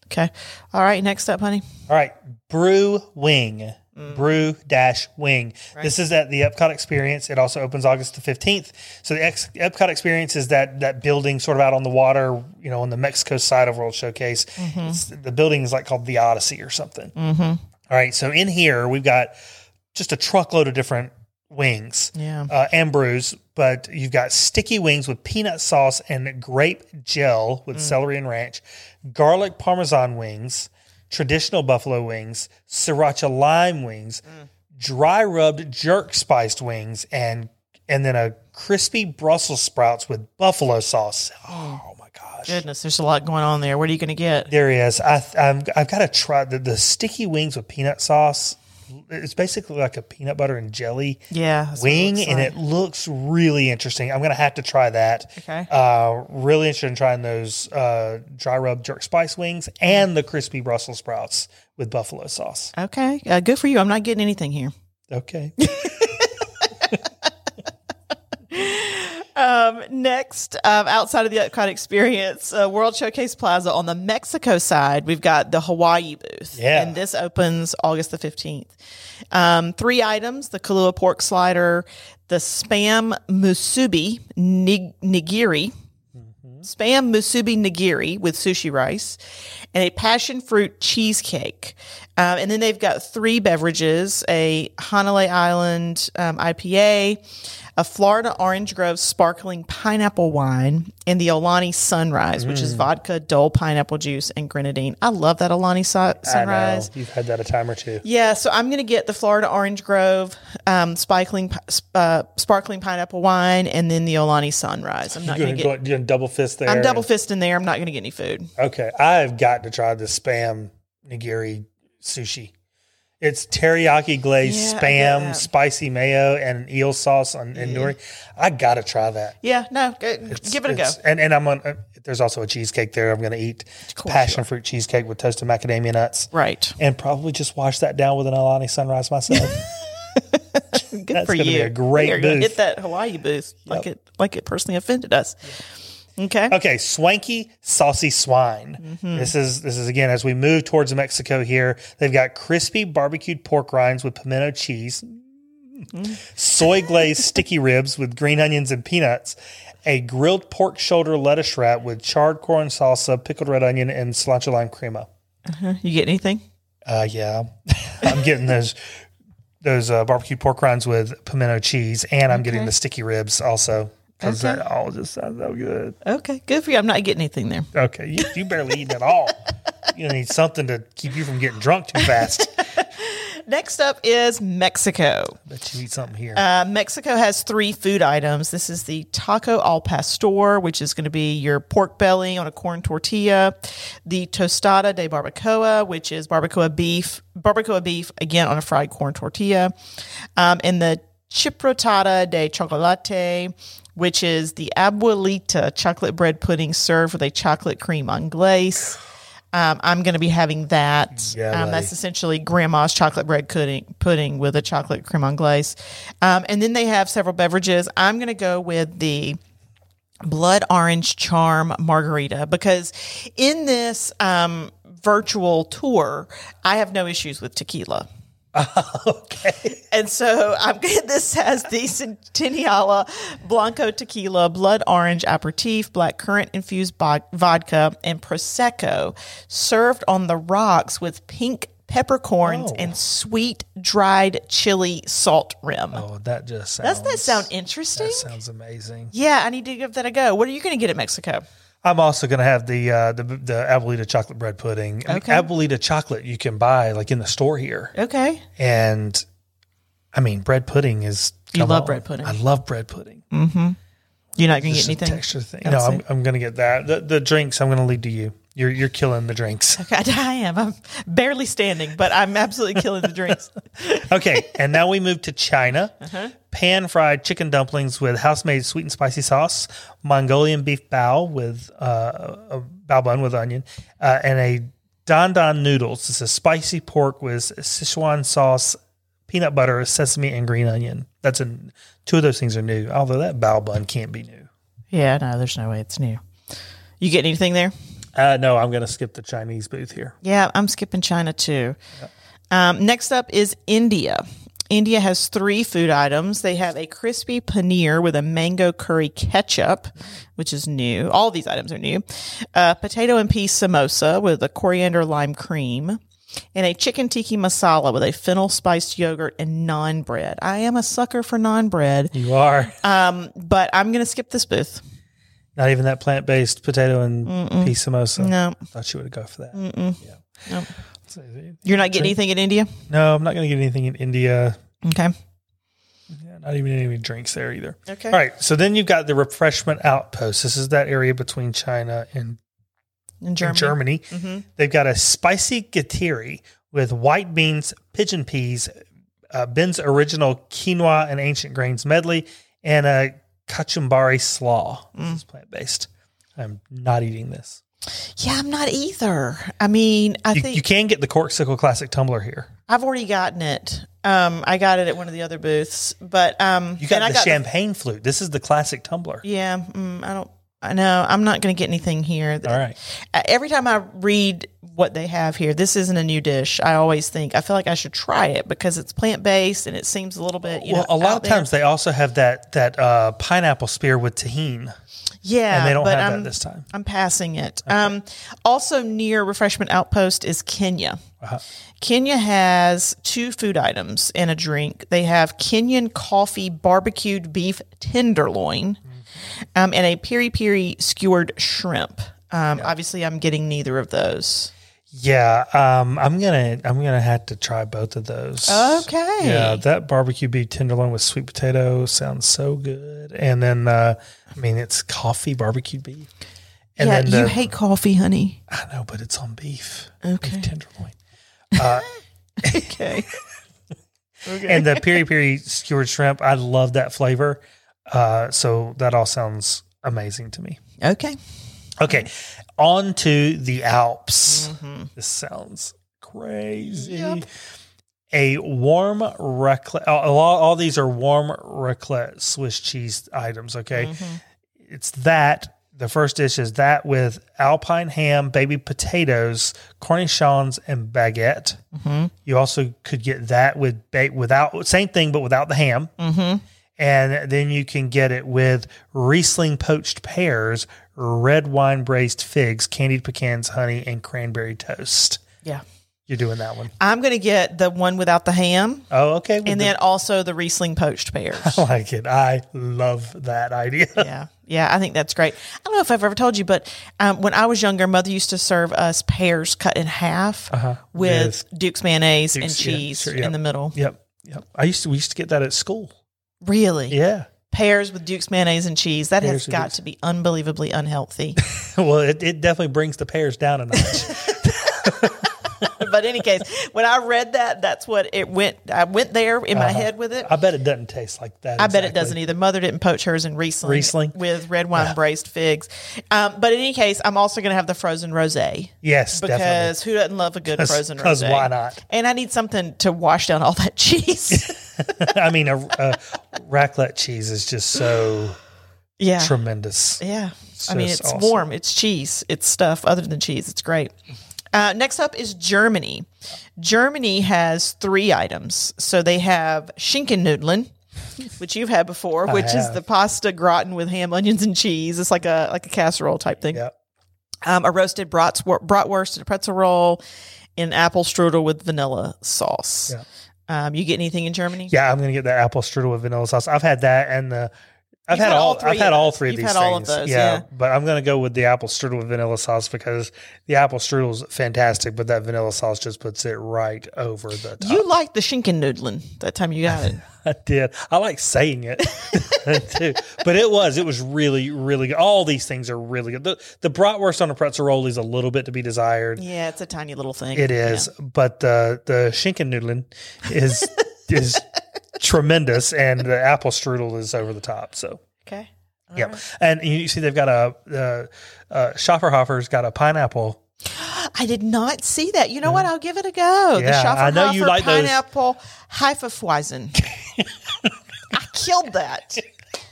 Speaker 2: Okay. All right. Next up, honey.
Speaker 1: All right, Brew Wing. Brew Dash Wing. This is at the Epcot Experience. It also opens August the fifteenth. So the ex- Epcot Experience is that that building sort of out on the water, you know, on the Mexico side of World Showcase. It's, the building is like called the Odyssey or something. Mm-hmm. right, so in here we've got just a truckload of different wings
Speaker 2: Yeah.
Speaker 1: uh, and brews, but you've got sticky wings with peanut sauce and grape gel with celery and ranch, garlic parmesan wings, traditional buffalo wings, sriracha lime wings, dry rubbed jerk spiced wings, and and then a crispy Brussels sprouts with buffalo sauce. Oh my gosh.
Speaker 2: Goodness, there's a lot going on there. What are you going to get?
Speaker 1: There he is. I, I'm, I've got to try the, the sticky wings with peanut sauce. It's basically like a peanut butter and jelly
Speaker 2: Yeah. that's what it
Speaker 1: wing,
Speaker 2: looks
Speaker 1: and
Speaker 2: like.
Speaker 1: it looks really interesting. I'm gonna have to try that.
Speaker 2: Okay.
Speaker 1: Uh, really interested in trying those uh, dry rub jerk spice wings and the crispy Brussels sprouts with buffalo sauce.
Speaker 2: Okay. Uh, good for you. I'm not getting anything here.
Speaker 1: Okay.
Speaker 2: Um, next, um, outside of the Epcot experience, uh, World Showcase Plaza on the Mexico side, we've got the Hawaii booth.
Speaker 1: Yeah.
Speaker 2: And this opens August the 15th. Um, three items the Kalua pork slider, the Spam Musubi nig- Nigiri, Spam Musubi Nigiri with sushi rice, and a passion fruit cheesecake. Um, and then they've got three beverages a Hanalei Island um, IPA, a Florida Orange Grove sparkling pineapple wine, and the Olani Sunrise, which is
Speaker 1: Mm.
Speaker 2: vodka, dull pineapple juice, and grenadine. I love that Olani su-
Speaker 1: I know
Speaker 2: Sunrise.
Speaker 1: you've had that a time or two.
Speaker 2: Yeah, so I'm going to get the Florida Orange Grove um, sparkling, pi- sp- uh, sparkling pineapple wine and then the Olani Sunrise. I'm not
Speaker 1: You're gonna
Speaker 2: going to
Speaker 1: go
Speaker 2: get.
Speaker 1: you're gonna double fist there.
Speaker 2: I'm double
Speaker 1: and-
Speaker 2: fisting there. I'm not going to get any food.
Speaker 1: Okay, I've got to try the spam nigiri sushi. It's teriyaki glazed
Speaker 2: Yeah, I get
Speaker 1: spam,
Speaker 2: that.
Speaker 1: spicy mayo, and eel sauce on and nori. I gotta try that.
Speaker 2: Yeah, no, go, give it a go.
Speaker 1: It's- And and I'm going uh, there's also a cheesecake there. I'm gonna eat
Speaker 2: course
Speaker 1: passion fruit cheesecake with toasted macadamia nuts,
Speaker 2: Right.
Speaker 1: and probably just wash that down with an Alani Sunrise myself.
Speaker 2: Good
Speaker 1: That's
Speaker 2: for
Speaker 1: gonna
Speaker 2: you.
Speaker 1: be a great
Speaker 2: They're gonna
Speaker 1: booth.
Speaker 2: hit that Hawaii booth like it like it personally offended us. Okay.
Speaker 1: Okay, swanky saucy swine.
Speaker 2: Mm-hmm.
Speaker 1: This is this is again as we move towards Mexico here. They've got crispy barbecued pork rinds with pimento cheese,
Speaker 2: Mm-hmm.
Speaker 1: soy glazed sticky ribs with green onions and peanuts, a grilled pork shoulder lettuce wrap with charred corn salsa, pickled red onion, and cilantro lime crema.
Speaker 2: You get anything?
Speaker 1: Uh, yeah, I'm getting those those uh, barbecue pork rinds with pimento cheese, and I'm getting the sticky ribs also because that all just sounds so good.
Speaker 2: Okay. Good for you. I'm not getting anything there.
Speaker 1: Okay, you, you barely eating at all. You need something to keep you from getting drunk too fast.
Speaker 2: Next up is Mexico.
Speaker 1: But you eat something here.
Speaker 2: Uh, Mexico has three food items. This is the taco al pastor, which is going to be your pork belly on a corn tortilla, the tostada de barbacoa, which is barbacoa beef, barbacoa beef again on a fried corn tortilla, um, and the chiprotada de chocolate, which is the abuelita chocolate bread pudding served with a chocolate cream on glaze. Um, I'm going to be having that.
Speaker 1: Yeah,
Speaker 2: um,
Speaker 1: buddy.
Speaker 2: that's essentially grandma's chocolate bread pudding, pudding with a chocolate creme anglaise. Um, and then they have several beverages. I'm going to go with the blood orange charm margarita because in this um, virtual tour, I have no issues with tequila. okay. And so I'm this has the Centenniala Blanco tequila, blood orange aperitif, black currant infused bod- vodka, and prosecco served on the rocks with pink peppercorns and sweet dried chili salt rim.
Speaker 3: Oh, that just sounds,
Speaker 2: Doesn't that sound interesting?
Speaker 3: sounds amazing.
Speaker 2: Yeah, I need to give that a go. What are you going to get at Mexico?
Speaker 1: I'm also going to have the, uh, the the Abuelita chocolate bread pudding. I mean,
Speaker 2: Okay.
Speaker 1: Abuelita chocolate you can buy like in the store here,
Speaker 2: Okay.
Speaker 1: and I mean bread pudding is.
Speaker 2: You
Speaker 1: come
Speaker 2: love
Speaker 1: on.
Speaker 2: bread pudding.
Speaker 1: I love bread pudding.
Speaker 2: You're not going to
Speaker 1: It's
Speaker 2: get
Speaker 1: a
Speaker 2: anything.
Speaker 1: texture thing. No, I'm, I'm going to get that. The, the drinks I'm going to leave to you. You're you're killing the drinks.
Speaker 2: God, I am. I'm barely standing, but I'm absolutely killing the drinks.
Speaker 1: Okay, and now we move to China. Pan fried chicken dumplings with house made sweet and spicy sauce, Mongolian beef bao with uh, a bao bun with onion, uh, and a don don noodles. This is spicy pork with Sichuan sauce, peanut butter, sesame, and green onion. That's a, two of those things are new. Although that bao bun can't be new.
Speaker 2: Yeah, no, there's no way it's new. You get anything there?
Speaker 1: Uh, no, I'm going to skip the Chinese booth here.
Speaker 2: Yeah, I'm skipping China too. Um, next up is India. India has three food items. They have a crispy paneer with a mango curry ketchup, which is new. All these items are new. Uh, potato and pea samosa with a coriander lime cream, and a chicken tiki masala with a fennel spiced yogurt and naan bread. I am a sucker for naan bread,
Speaker 1: You are
Speaker 2: but I'm going to skip this booth.
Speaker 1: not even that plant based potato and pea samosa.
Speaker 2: No,
Speaker 1: I thought you would go for that. Yeah.
Speaker 2: Nope.
Speaker 1: So,
Speaker 2: you're not getting anything in India.
Speaker 1: No, I'm not going to get anything in India.
Speaker 2: Okay.
Speaker 1: Yeah, not even any drinks there either.
Speaker 2: Okay.
Speaker 1: All right. So then you've got the refreshment outpost. This is that area between China and
Speaker 2: In Germany. Mm-hmm.
Speaker 1: and Germany. They've got a spicy gatiri with white beans, pigeon peas, uh, Ben's original quinoa and ancient grains medley, and a kachumbari slaw.
Speaker 2: Mm.
Speaker 1: This is plant based. I'm not eating this.
Speaker 2: Yeah, I'm not either. I mean, I
Speaker 1: You,
Speaker 2: think
Speaker 1: you can get the Corksicle Classic Tumbler here.
Speaker 2: I've already gotten it. Um, I got it at one of the other booths, but um,
Speaker 1: You got
Speaker 2: and I
Speaker 1: the champagne flute. This is the classic tumbler.
Speaker 2: yeah, mm, I don't. I know I'm not going to get anything here.
Speaker 1: All right.
Speaker 2: Uh, Every time I read what they have here, this isn't a new dish. I always think I feel like I should try it because it's plant based and it seems a little bit. You
Speaker 1: well,
Speaker 2: know,
Speaker 1: a lot
Speaker 2: out
Speaker 1: of
Speaker 2: there.
Speaker 1: times they also have that that uh, pineapple spear with tahine,
Speaker 2: yeah,
Speaker 1: and they don't
Speaker 2: but
Speaker 1: have
Speaker 2: I'm,
Speaker 1: that this time.
Speaker 2: I'm passing it. Um, also near refreshment outpost is Kenya.
Speaker 1: Uh-huh.
Speaker 2: Kenya has two food items and a drink. They have Kenyan coffee barbecued beef tenderloin,
Speaker 1: Mm-hmm.
Speaker 2: um, and a piri piri skewered shrimp. Um, Obviously, I'm getting neither of those.
Speaker 1: Yeah, um, I'm gonna I'm gonna have to try both of those.
Speaker 2: Okay.
Speaker 1: Yeah, that barbecue beef tenderloin with sweet potato sounds so good, and then uh, I mean it's coffee barbecued beef, and
Speaker 2: yeah,
Speaker 1: then the,
Speaker 2: you hate coffee, honey.
Speaker 1: I know, but it's on beef.
Speaker 2: Okay.
Speaker 1: Beef tenderloin.
Speaker 2: Okay.
Speaker 1: and the piri piri skewered shrimp. I love that flavor. Uh, so that all sounds amazing to me.
Speaker 2: okay.
Speaker 1: Okay, on to the Alps. This sounds crazy. a warm raclette. All, all, all these are warm raclette Swiss cheese items. Okay, it's that. The first dish is that with alpine ham, baby potatoes, cornichons, and baguette. You also could get that with ba- without same thing, but without the ham. And then you can get it with Riesling poached pears, red wine braised figs, candied pecans, honey, and cranberry toast.
Speaker 2: Yeah.
Speaker 1: You're doing that one.
Speaker 2: I'm going to get the one without the ham
Speaker 1: Oh, okay. with
Speaker 2: and
Speaker 1: the-
Speaker 2: then also the Riesling poached pears.
Speaker 1: I like it. I love that idea.
Speaker 2: yeah. Yeah. I think that's great. I don't know if I've ever told you, but um, when I was younger, mother used to serve us pears cut in half with Duke's mayonnaise and
Speaker 1: Uh-huh. Duke's, yeah,
Speaker 2: cheese
Speaker 1: sure, yeah.
Speaker 2: in the middle.
Speaker 1: Yep. Yep. I used to we used to get that at school.
Speaker 2: Really?
Speaker 1: Yeah.
Speaker 2: Pears with Duke's mayonnaise and cheese. That
Speaker 1: Pears
Speaker 2: has
Speaker 1: with
Speaker 2: got
Speaker 1: Duke's-
Speaker 2: to be unbelievably unhealthy.
Speaker 1: Well, it, it definitely brings the pears down a notch.
Speaker 2: but in any case, when I read that, that's what it went. I went there in my head with it.
Speaker 1: I bet it doesn't taste like that.
Speaker 2: I bet it
Speaker 1: Uh-huh. exactly.
Speaker 2: doesn't either. Mother didn't poach hers in Riesling,
Speaker 1: Riesling?
Speaker 2: with red wine braised figs. Um, but in any case, I'm also going to have the frozen rosé
Speaker 1: Yes, definitely.
Speaker 2: because who doesn't love a good
Speaker 1: 'Cause-
Speaker 2: frozen
Speaker 1: 'cause
Speaker 2: rosé?
Speaker 1: why not?
Speaker 2: And I need something to wash down all that cheese.
Speaker 1: I mean, a, a raclette cheese is just so
Speaker 2: yeah,
Speaker 1: tremendous.
Speaker 2: yeah. I mean,
Speaker 1: just
Speaker 2: it's
Speaker 1: awesome.
Speaker 2: warm. It's cheese. It's stuff other than cheese. It's great. Uh, next up is Germany. Germany has three items. So they have Schinkennudeln, which you've had before, which is
Speaker 1: have.
Speaker 2: the pasta gratin with ham, onions, and cheese. It's like a like a casserole type thing.
Speaker 1: Yep.
Speaker 2: um, a roasted brats- bratwurst and a pretzel roll, and apple strudel with vanilla sauce.
Speaker 1: Yeah.
Speaker 2: Um, you get anything in Germany?
Speaker 1: Yeah, I'm gonna get that apple strudel with vanilla sauce. I've had that and the. I've
Speaker 2: You've
Speaker 1: had,
Speaker 2: had all
Speaker 1: all.
Speaker 2: three
Speaker 1: I've had
Speaker 2: of
Speaker 1: all
Speaker 2: those.
Speaker 1: three of
Speaker 2: You've
Speaker 1: these
Speaker 2: had
Speaker 1: things.
Speaker 2: all of those, yeah.
Speaker 1: but I'm gonna go with the apple strudel with vanilla sauce because the apple strudel is fantastic, but that vanilla sauce just puts it right over the top.
Speaker 2: You liked the Schinkennudeln that time you got it.
Speaker 1: I did. I like saying it too, but it was it was really really good. All these things are really good. The the bratwurst on a pretzel roll is a little bit to be desired.
Speaker 2: yeah, it's a tiny little thing.
Speaker 1: It is, but the the shinken noodling is is tremendous, and the apple strudel is over the top. So.
Speaker 2: Okay. All
Speaker 1: Yep,
Speaker 2: right.
Speaker 1: and you see they've got a uh, uh, Schafferhofer's got a pineapple.
Speaker 2: I did not see that. You know what? I'll give it a go.
Speaker 1: Yeah,
Speaker 2: the
Speaker 1: I know you
Speaker 2: Schafferhofer
Speaker 1: like those.
Speaker 2: pineapple Hefeweizen. I killed that.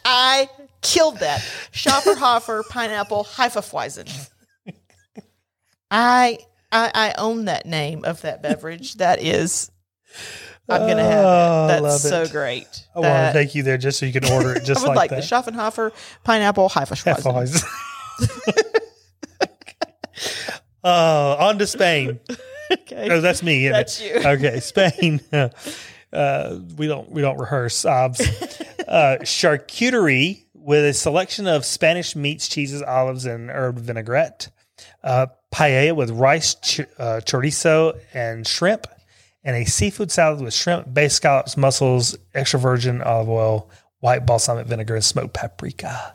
Speaker 2: I killed that. Schafferhofer pineapple Hefeweizen. I, I I own that name of that beverage. That is, I'm gonna
Speaker 1: Oh,
Speaker 2: have
Speaker 1: I
Speaker 2: it.
Speaker 1: love
Speaker 2: That's so
Speaker 1: it.
Speaker 2: great.
Speaker 1: I want
Speaker 2: That-
Speaker 1: to take you there just so you can order it
Speaker 2: I
Speaker 1: just
Speaker 2: would
Speaker 1: like,
Speaker 2: like,
Speaker 1: that.
Speaker 2: the Schaffenhofer pineapple Hefeweizen.
Speaker 1: Always. uh, on to Spain. Oh,
Speaker 2: Okay.
Speaker 1: that's me. isn't it?
Speaker 2: That's you.
Speaker 1: Okay, Spain. Uh, we don't we don't rehearse. Obs. Uh, charcuterie with a selection of Spanish meats, cheeses, olives, and herb vinaigrette. Uh, paella with rice, ch- uh, chorizo, and shrimp, and a seafood salad with shrimp, bay scallops, mussels, extra virgin olive oil, white balsamic vinegar, and smoked paprika.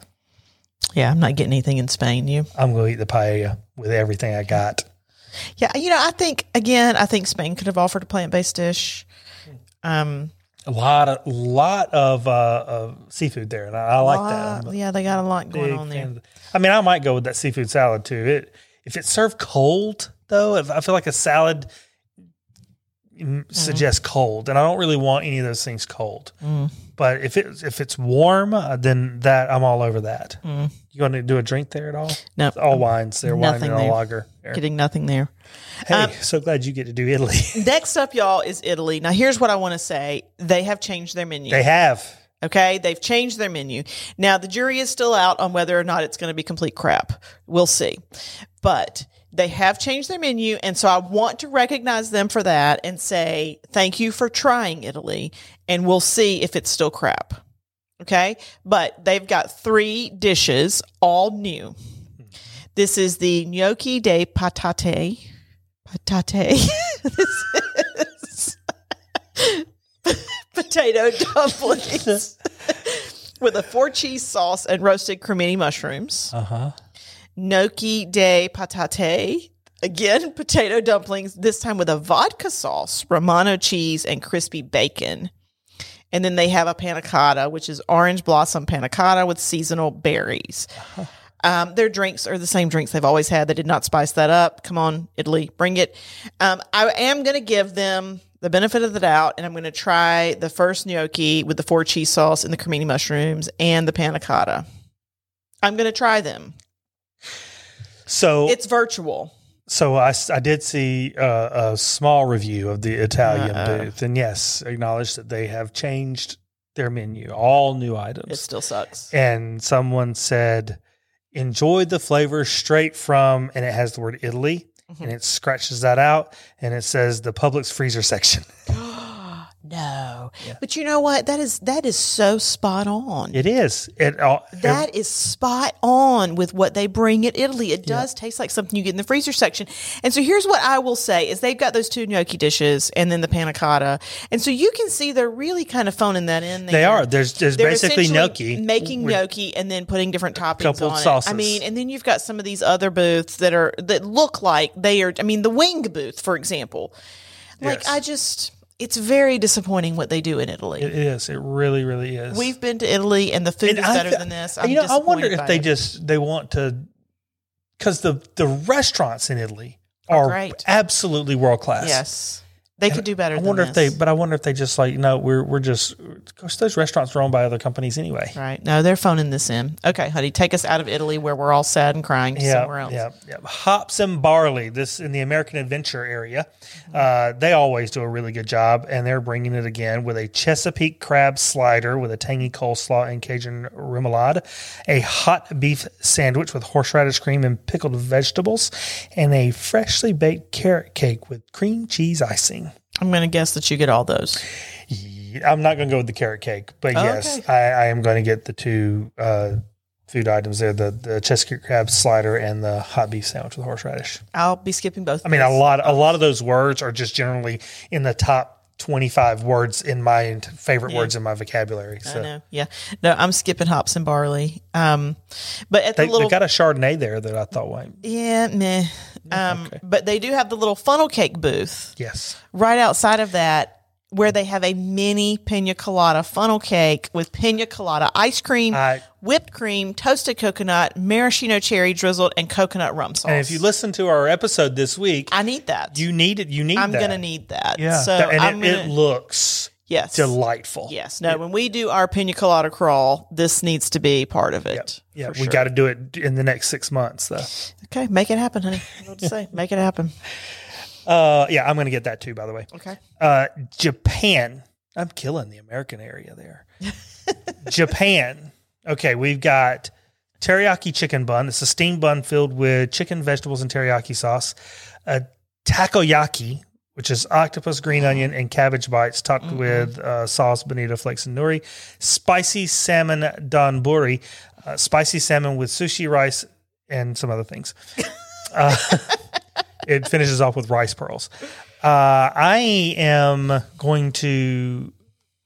Speaker 2: Yeah, I'm not getting anything in Spain. You.
Speaker 1: I'm gonna eat the paella with everything I got.
Speaker 2: Yeah, you know, I think again, I think Spain could have offered a plant-based dish. Um,
Speaker 1: A lot of lot of, uh, of seafood there, and I, I like that. I'm
Speaker 2: lot- uh, yeah, they got a lot going
Speaker 1: big
Speaker 2: on there.
Speaker 1: fan. I mean, I might go with that seafood salad too. It if it's served cold though, if, I feel like a salad
Speaker 2: Mm-hmm.
Speaker 1: mm, suggests cold, and I don't really want any of those things cold.
Speaker 2: Mm.
Speaker 1: But if it if it's warm, uh, then that I'm all over that. You want to do a drink there at all?
Speaker 2: Mm. No,
Speaker 1: It's all wines. They're wine and
Speaker 2: Nothing
Speaker 1: all
Speaker 2: there. Uh,
Speaker 1: lager. there.
Speaker 2: getting nothing there.
Speaker 1: Hey, so glad you get to do Italy.
Speaker 2: Next up, y'all, is Italy. Now, here's what I want to say: they have changed their menu.
Speaker 1: they have.
Speaker 2: okay, they've changed their menu. Now, the jury is still out on whether or not it's going to be complete crap. We'll see, but. They have changed their menu, and so I want to recognize them for that and say thank you for trying Italy, and we'll see if it's still crap. Okay. But they've got three dishes, all new. This is the gnocchi de patate. Patate. this is potato dumplings with a four cheese sauce and roasted cremini mushrooms.
Speaker 1: Uh huh.
Speaker 2: Gnocchi de patate. Again, potato dumplings, this time with a vodka sauce, Romano cheese, and crispy bacon. And then they have a panna cotta, which is orange blossom panna cotta with seasonal berries. Um, their drinks are the same drinks they've always had. They did not spice that up. Come on, Italy, bring it. Um, I am going to give them the benefit of the doubt, and I'm going to try the first gnocchi with the four cheese sauce and the cremini mushrooms and the panna cotta. I'm going to try them.
Speaker 1: So
Speaker 2: It's virtual.
Speaker 1: So I, s- I did see uh, a small review of the Italian
Speaker 2: Uh-oh.
Speaker 1: booth, and yes, acknowledged that they have changed their menu, all new items.
Speaker 2: It still sucks.
Speaker 1: and someone said, "Enjoy the flavor straight from," and it has the word Italy,
Speaker 2: Mm-hmm.
Speaker 1: and it scratches that out, and it says the Publix freezer section.
Speaker 2: no, but you know what? That is that is so spot on.
Speaker 1: It is it all
Speaker 2: That is spot on with what they bring at Italy. It does taste like something you get in the freezer section. And so here's what I will say is they've got those two gnocchi dishes and then the panna cotta. And so you can see they're really kind of phoning that in there.
Speaker 1: They are. There's there's
Speaker 2: They're
Speaker 1: basically
Speaker 2: essentially
Speaker 1: gnocchi.
Speaker 2: Making gnocchi and then putting different toppings
Speaker 1: couple
Speaker 2: on it.
Speaker 1: sauces.
Speaker 2: I mean, and then you've got some of these other booths that are that look like they are I mean, the wing booth, for example. Like
Speaker 1: Yes.
Speaker 2: I just it's very disappointing what they do in Italy.
Speaker 1: It is. It really, really is.
Speaker 2: We've been to Italy and the food
Speaker 1: And
Speaker 2: is
Speaker 1: I
Speaker 2: better
Speaker 1: th-
Speaker 2: than this. I'm
Speaker 1: you know, I wonder
Speaker 2: disappointed
Speaker 1: if
Speaker 2: by
Speaker 1: they
Speaker 2: it.
Speaker 1: just they want to, because the the restaurants in Italy are
Speaker 2: Oh, great.
Speaker 1: absolutely world class.
Speaker 2: Yes, they could do better.
Speaker 1: I wonder
Speaker 2: than
Speaker 1: if they,
Speaker 2: this.
Speaker 1: but I wonder if they just like no, we're we're just because those restaurants are owned by other companies anyway.
Speaker 2: Right? No, they're phoning this in. Okay, honey, take us out of Italy where we're all sad and crying to somewhere
Speaker 1: Yeah,
Speaker 2: else.
Speaker 1: yeah, yeah. Hops and barley. This in the American Adventure area.
Speaker 2: Mm-hmm.
Speaker 1: Uh, they always do a really good job, and they're bringing it again with a Chesapeake crab slider with a tangy coleslaw and Cajun remoulade, a hot beef sandwich with horseradish cream and pickled vegetables, and a freshly baked carrot cake with cream cheese icing.
Speaker 2: I'm going to guess that you get all those.
Speaker 1: Ye- I'm not going to go with the carrot cake, but
Speaker 2: Oh,
Speaker 1: yes,
Speaker 2: okay.
Speaker 1: I, I am going to get the two uh, food items there: the, the Chesapeake crab slider and the hot beef sandwich with horseradish.
Speaker 2: I'll be skipping both.
Speaker 1: I mean, a lot, a lot of those words are just generally in the top 25 words in my ent- favorite words in my vocabulary.
Speaker 2: I
Speaker 1: So
Speaker 2: know. Yeah. No, I'm skipping hops and barley. Um, but at
Speaker 1: they,
Speaker 2: the little
Speaker 1: they got a Chardonnay there that I thought, wait,
Speaker 2: yeah, meh. Um, but they do have the little funnel cake booth
Speaker 1: yes,
Speaker 2: right outside of that. Where they have a mini pina colada funnel cake with pina colada ice cream,
Speaker 1: I-
Speaker 2: whipped cream, toasted coconut, maraschino cherry drizzled, and coconut rum sauce.
Speaker 1: And if you listen to our episode this week,
Speaker 2: I need that.
Speaker 1: you need it. You need.
Speaker 2: I'm
Speaker 1: that.
Speaker 2: gonna need that.
Speaker 1: Yeah.
Speaker 2: So
Speaker 1: and it,
Speaker 2: I'm
Speaker 1: it
Speaker 2: gonna,
Speaker 1: looks
Speaker 2: yes,
Speaker 1: delightful.
Speaker 2: yes. No, when we do our pina colada crawl, this needs to be part of it.
Speaker 1: Yeah,
Speaker 2: for
Speaker 1: we
Speaker 2: sure.
Speaker 1: got to do it in the next six months, though.
Speaker 2: Okay, make it happen, honey. I know What to say? Make it happen.
Speaker 1: Uh, yeah, I'm going to get that too. By the way,
Speaker 2: Okay.
Speaker 1: uh, Japan. I'm killing the American area there. Japan. Okay, we've got teriyaki chicken bun. It's a steamed bun filled with chicken, vegetables, and teriyaki sauce. A takoyaki, which is octopus, green
Speaker 2: Oh.
Speaker 1: onion, and cabbage bites topped
Speaker 2: Mm-hmm.
Speaker 1: with uh, sauce, bonito flakes, and nori. Spicy salmon donburi. Uh, spicy salmon with sushi rice and some other things. Uh, it finishes off with rice pearls. Uh, I am going to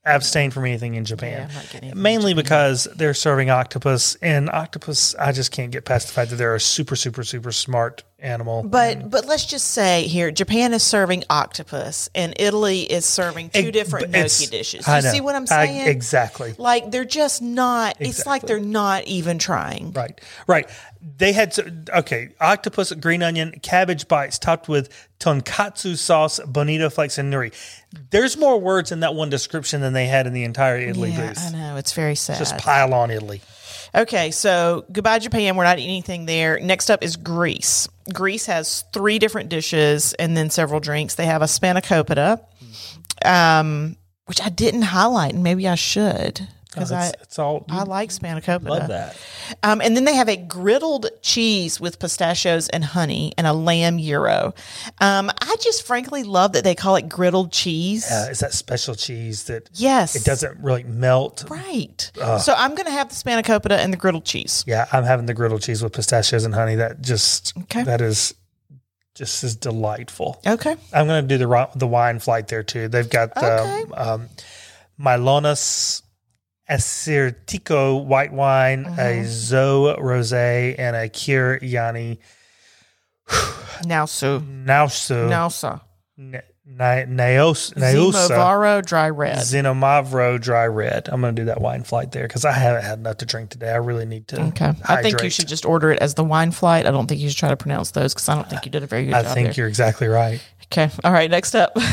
Speaker 1: abstain from anything in Japan,
Speaker 2: I'm not getting anything
Speaker 1: mainly because they're serving octopus, and octopus. I just can't get past the fact that they're a super, super, super smart animal.
Speaker 2: But but let's just say here, Japan is serving octopus, and Italy is serving two
Speaker 1: It-
Speaker 2: different
Speaker 1: it's-
Speaker 2: gnocchi dishes.
Speaker 1: I
Speaker 2: You
Speaker 1: know.
Speaker 2: see what I'm
Speaker 1: I-
Speaker 2: saying?
Speaker 1: exactly.
Speaker 2: Like they're just not. It's like
Speaker 1: Exactly.
Speaker 2: they're not even trying.
Speaker 1: Right, right. They had okay octopus, green onion, cabbage bites topped with tonkatsu sauce, bonito flakes, and nori. There's more words in that one description than they had in the entire Italy
Speaker 2: Yeah, I
Speaker 1: booth.
Speaker 2: know. It's very sad.
Speaker 1: Just pile on Italy.
Speaker 2: Okay, so goodbye Japan. We're not eating anything there. Next up is Greece. Greece has three different dishes and then several drinks. They have a spanakopita,
Speaker 1: Hmm.
Speaker 2: um, which I didn't highlight, and maybe I should
Speaker 1: Oh,
Speaker 2: because I
Speaker 1: It's, it's all
Speaker 2: I like spanakopita.
Speaker 3: Love that.
Speaker 2: Um, and then they have a griddled cheese with pistachios and honey and a lamb euro. Um, I just frankly love that they call it griddled cheese.
Speaker 1: uh, is that special cheese that
Speaker 2: yes,
Speaker 1: it doesn't really melt.
Speaker 2: Right. so I'm going to have the spanakopita and the griddled cheese.
Speaker 1: Yeah, I'm having the griddle cheese with pistachios and honey. That just
Speaker 2: Okay.
Speaker 1: that is just is delightful.
Speaker 2: Okay.
Speaker 1: I'm gonna do the ri- the wine flight there too. They've got the
Speaker 2: Okay.
Speaker 1: um, Milonas Assyrtiko white wine,
Speaker 2: Mm-hmm.
Speaker 1: a Zoe rosé, and a Kier Yani
Speaker 2: Now, so.
Speaker 1: Mm. Nausu
Speaker 2: Nelsa.
Speaker 1: Na- Na- Naos Naosa
Speaker 2: Zimovaro dry red.
Speaker 1: Zinomavro dry red. I'm gonna do that wine flight there because I haven't had enough to drink today. I really need to.
Speaker 2: Okay. I think you
Speaker 1: hydrate.
Speaker 2: should just order it as the wine flight. I don't think you should try to pronounce those because I don't think you did a very good
Speaker 1: I
Speaker 2: job.
Speaker 1: think
Speaker 2: there.
Speaker 1: you're exactly right.
Speaker 2: Okay. All right. Next up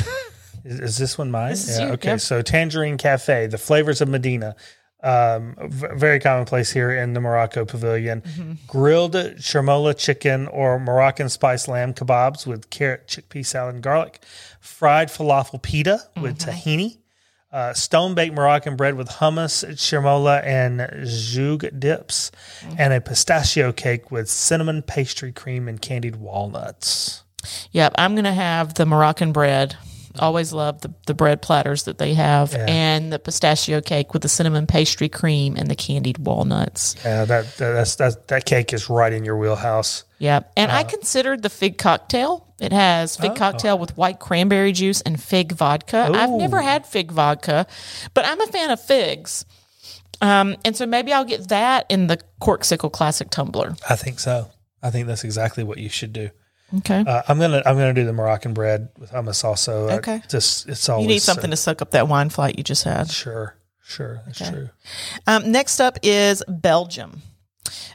Speaker 1: Is, is this one mine?
Speaker 2: This is
Speaker 1: yeah.
Speaker 2: you,
Speaker 1: okay.
Speaker 2: yeah.
Speaker 1: So Tangerine Cafe, the flavors of Medina. Um, v- very commonplace here in the Morocco Pavilion.
Speaker 2: Mm-hmm.
Speaker 1: Grilled shermola chicken or Moroccan spice lamb kebabs with carrot, chickpea salad, and garlic. Fried falafel pita with
Speaker 2: Mm-hmm.
Speaker 1: tahini. Uh, stone baked Moroccan bread with hummus, shermola, and zoug dips.
Speaker 2: Mm.
Speaker 1: And a pistachio cake with cinnamon pastry cream and candied walnuts.
Speaker 2: Yep, I'm gonna have the Moroccan bread. Always love the, the bread platters that they have and the pistachio cake with the cinnamon pastry cream and the candied walnuts.
Speaker 1: Yeah, that, that that's that that cake is right in your wheelhouse.
Speaker 2: Yep. And I considered the fig cocktail. It has fig cocktail with white cranberry juice and fig vodka. I've never had fig vodka, but I'm a fan of figs. Um, and so maybe I'll get that in the Corksicle Classic tumbler.
Speaker 3: I think so. I think that's exactly what you should do.
Speaker 2: Okay.
Speaker 1: Uh, I'm gonna I'm gonna do the Moroccan bread with hummus also. Uh,
Speaker 2: Okay.
Speaker 1: just it's always uh,
Speaker 2: you need something to soak up that wine flight you just had.
Speaker 1: sure, sure, that's true.
Speaker 2: Um, next up is Belgium.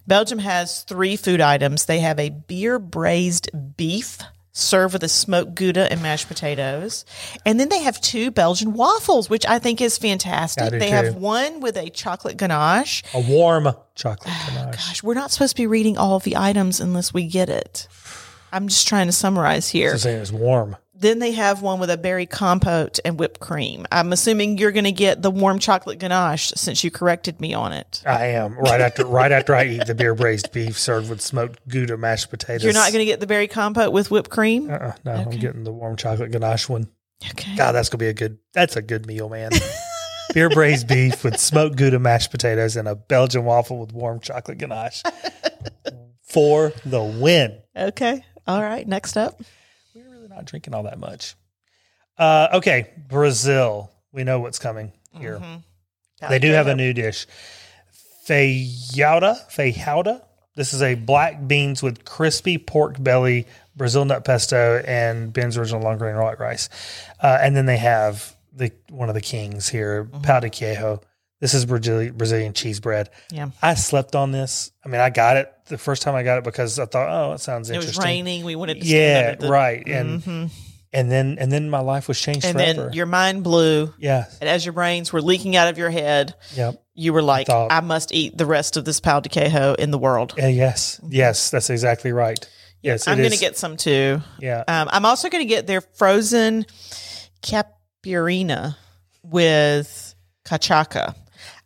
Speaker 2: Belgium has three food items. They have a beer braised beef served with a smoked gouda and mashed potatoes. And then they have two Belgian waffles, which I think is fantastic.
Speaker 1: do
Speaker 2: They
Speaker 1: too.
Speaker 2: have one with a chocolate ganache.
Speaker 1: A warm chocolate ganache.
Speaker 2: Gosh, we're not supposed to be reading all of the items unless we get it. I'm just trying to summarize here.
Speaker 1: I'm saying it's warm.
Speaker 2: Then they have one with a berry compote and whipped cream. I'm assuming you're going to get the warm chocolate ganache since you corrected me on it.
Speaker 1: I am right after right after I eat the beer braised beef served with smoked gouda mashed potatoes.
Speaker 2: You're not going to get the berry compote with whipped cream.
Speaker 1: Uh, no, I'm getting the warm chocolate ganache one.
Speaker 2: Okay.
Speaker 1: God, that's gonna be a good. That's a good meal, man. Beer braised beef with smoked gouda mashed potatoes and a Belgian waffle with warm chocolate ganache for the win.
Speaker 2: Okay. All right. Next up.
Speaker 3: We're really not drinking all that much.
Speaker 1: Uh, okay, Brazil. We know what's coming
Speaker 2: Mm-hmm.
Speaker 1: here. They do have a new dish, feijoada. Feijoada. This is a black beans with crispy pork belly, Brazil nut pesto, and Ben's original long grain white rice. Uh, and then they have the one of the kings here,
Speaker 2: Mm-hmm.
Speaker 1: pão de queijo. This is Brazilian Brazilian cheese bread.
Speaker 2: Yeah.
Speaker 1: I slept on this. I mean, I got it the first time I got it because I thought, oh, it sounds
Speaker 2: It was
Speaker 1: interesting.
Speaker 2: raining. We wanted to. Stand
Speaker 1: Yeah,
Speaker 2: under the, Mm-hmm.
Speaker 1: right. And and then and then my life was changed
Speaker 2: And
Speaker 1: forever.
Speaker 2: then your mind blew,
Speaker 1: yeah,
Speaker 2: and as your brains were leaking out of your head,
Speaker 1: yep.
Speaker 2: you were like,
Speaker 1: Thought.
Speaker 2: "I must eat the rest of this pal de queijo in the world."
Speaker 1: Yeah, Eh, yes, yes, that's exactly right. Yes,
Speaker 2: Mm-hmm. I'm
Speaker 1: it
Speaker 2: going to
Speaker 1: is.
Speaker 2: get some too.
Speaker 1: yeah.
Speaker 2: Um, I'm also going to get their frozen capurina with cachaca.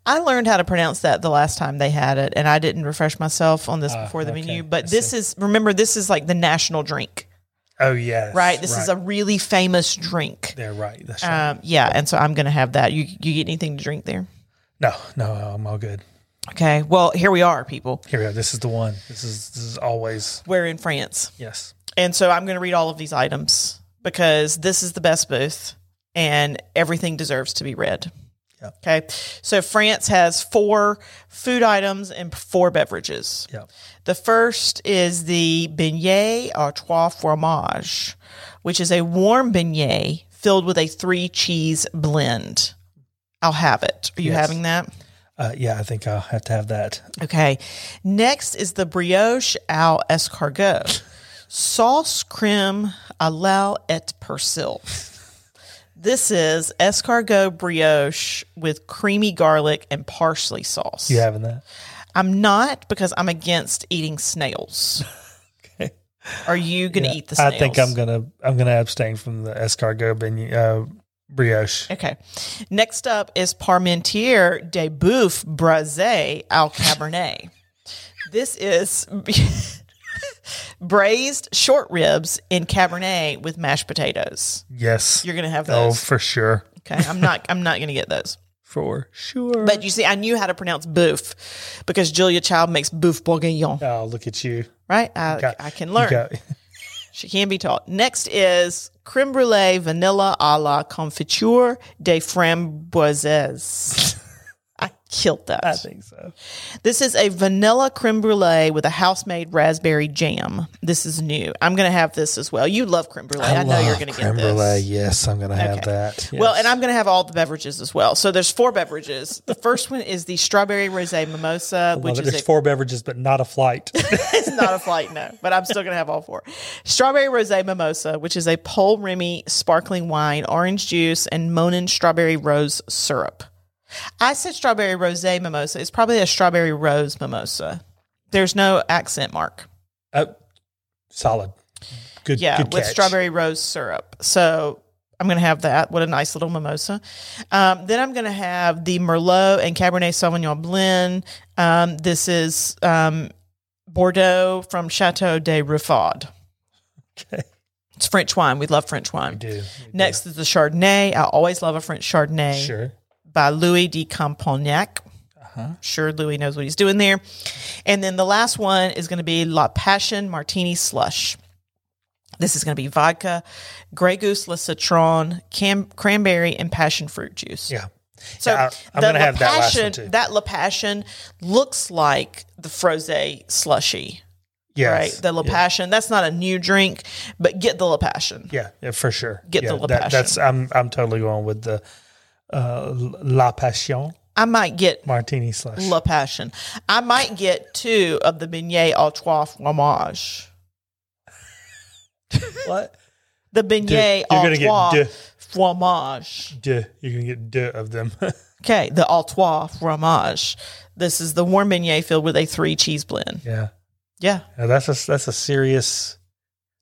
Speaker 2: I learned how to pronounce that the last time they had it, and I didn't refresh myself on this before the
Speaker 1: Ah, okay.
Speaker 2: menu.
Speaker 1: I
Speaker 2: But this is remember, this is like the national drink,
Speaker 1: oh yes,
Speaker 2: right? This is a really famous drink.
Speaker 1: They're right. That's right.
Speaker 2: Um, yeah, and so I'm going to have that. You you get anything to drink there?
Speaker 1: No, no, I'm all good.
Speaker 2: Okay. Well, here we are, people.
Speaker 1: Here we go. This is the one. This is this is always
Speaker 2: We're in France.
Speaker 1: yes.
Speaker 2: And so I'm going to read all of these items because this is the best booth and everything deserves to be read. Okay. So France has four food items and four beverages.
Speaker 1: Yep.
Speaker 2: The first is the beignet à trois fromages, which is a warm beignet filled with a three cheese blend. I'll have it. Are you having that?
Speaker 1: Uh, yeah, I think I'll have to have that.
Speaker 2: Okay. Next is the brioche au escargot. Sauce creme à l'eau et persil. This is escargot brioche with creamy garlic and parsley sauce.
Speaker 1: You having that?
Speaker 2: I'm not because I'm against eating snails.
Speaker 1: Okay.
Speaker 2: Are you going to eat the snails?
Speaker 1: I think I'm gonna I'm gonna abstain from the escargot beignet, uh, brioche.
Speaker 2: Okay. Next up is Parmentier de Boeuf Braisé au Cabernet. this is braised short ribs in Cabernet with mashed potatoes.
Speaker 1: Yes.
Speaker 2: You're going to have
Speaker 1: oh,
Speaker 2: those.
Speaker 1: for sure.
Speaker 2: Okay. I'm not I'm not going to get those.
Speaker 1: For sure.
Speaker 2: But you see I knew how to pronounce boeuf because Julia Child makes boeuf bourguignon,
Speaker 1: oh, look at you.
Speaker 2: right? I,
Speaker 1: Got-
Speaker 2: I can
Speaker 1: you
Speaker 2: learn.
Speaker 1: got-
Speaker 2: She can be taught. Next is creme brulee vanilla a la confiture de framboises. I Killed that.
Speaker 1: I think so.
Speaker 2: This is a vanilla creme brulee with a house made raspberry jam. This is new. I'm going to have this as well. You love creme brulee. I, know you're going to get
Speaker 3: creme
Speaker 2: this.
Speaker 3: brulee. Yes, I'm going to have
Speaker 2: Okay.
Speaker 3: that.
Speaker 2: Well,
Speaker 3: Yes.
Speaker 2: and I'm going to have all the beverages as well. So there's four beverages. The first one is the strawberry rosé mimosa,
Speaker 1: Well,
Speaker 2: which is
Speaker 1: there's
Speaker 2: a,
Speaker 1: four beverages, but not a flight.
Speaker 2: it's not a flight, no, but I'm still going to have all four. Strawberry rosé mimosa, which is a Paul Remy sparkling wine, orange juice, and Monin strawberry rose syrup. I said strawberry rosé mimosa. It's probably a strawberry rose mimosa. There's no accent mark.
Speaker 1: Uh, solid. Good.
Speaker 2: Yeah,
Speaker 1: good
Speaker 2: with
Speaker 1: catch.
Speaker 2: strawberry rose syrup. So I'm going to have that. What a nice little mimosa. Um, then I'm going to have the Merlot and Cabernet Sauvignon blend. Um, this is um, Bordeaux from Chateau de Ruffard.
Speaker 1: Okay.
Speaker 2: It's French wine. We love French wine.
Speaker 3: do.
Speaker 2: Next is the Chardonnay. I always love a French Chardonnay
Speaker 1: Sure. Uh-huh.
Speaker 2: by Louis de Campagnac. Sure, Louis knows what he's doing there. And then the last one is going to be La Passion Martini Slush. This is going to be vodka, Grey Goose, La Citron, cam- cranberry, and passion fruit juice.
Speaker 1: Yeah.
Speaker 2: So
Speaker 1: Yeah, I- I'm
Speaker 2: the
Speaker 1: gonna
Speaker 2: La
Speaker 1: have that last one
Speaker 2: Passion-
Speaker 1: too.
Speaker 2: That La Passion looks like the Frosé slushy,
Speaker 1: Yes.
Speaker 2: right? The La Passion. That's not a new drink, but get the La Passion.
Speaker 1: Yeah, yeah, for sure.
Speaker 2: Get
Speaker 1: yeah,
Speaker 2: the La Passion.
Speaker 1: That's I'm I'm totally going with the uh, La Passion
Speaker 2: I might get
Speaker 1: martini slash.
Speaker 2: La Passion. I might get two of the beignet aux trois fromages.
Speaker 1: what?
Speaker 2: The beignet
Speaker 1: you're
Speaker 2: aux
Speaker 1: gonna get
Speaker 2: trois
Speaker 1: de-
Speaker 2: fromage.
Speaker 1: Duh, you're gonna get duh of them.
Speaker 2: Okay, the aux trois fromage. This is the warm beignet filled with a three cheese blend.
Speaker 1: yeah.
Speaker 2: Yeah.
Speaker 1: Yeah, that's a that's a serious.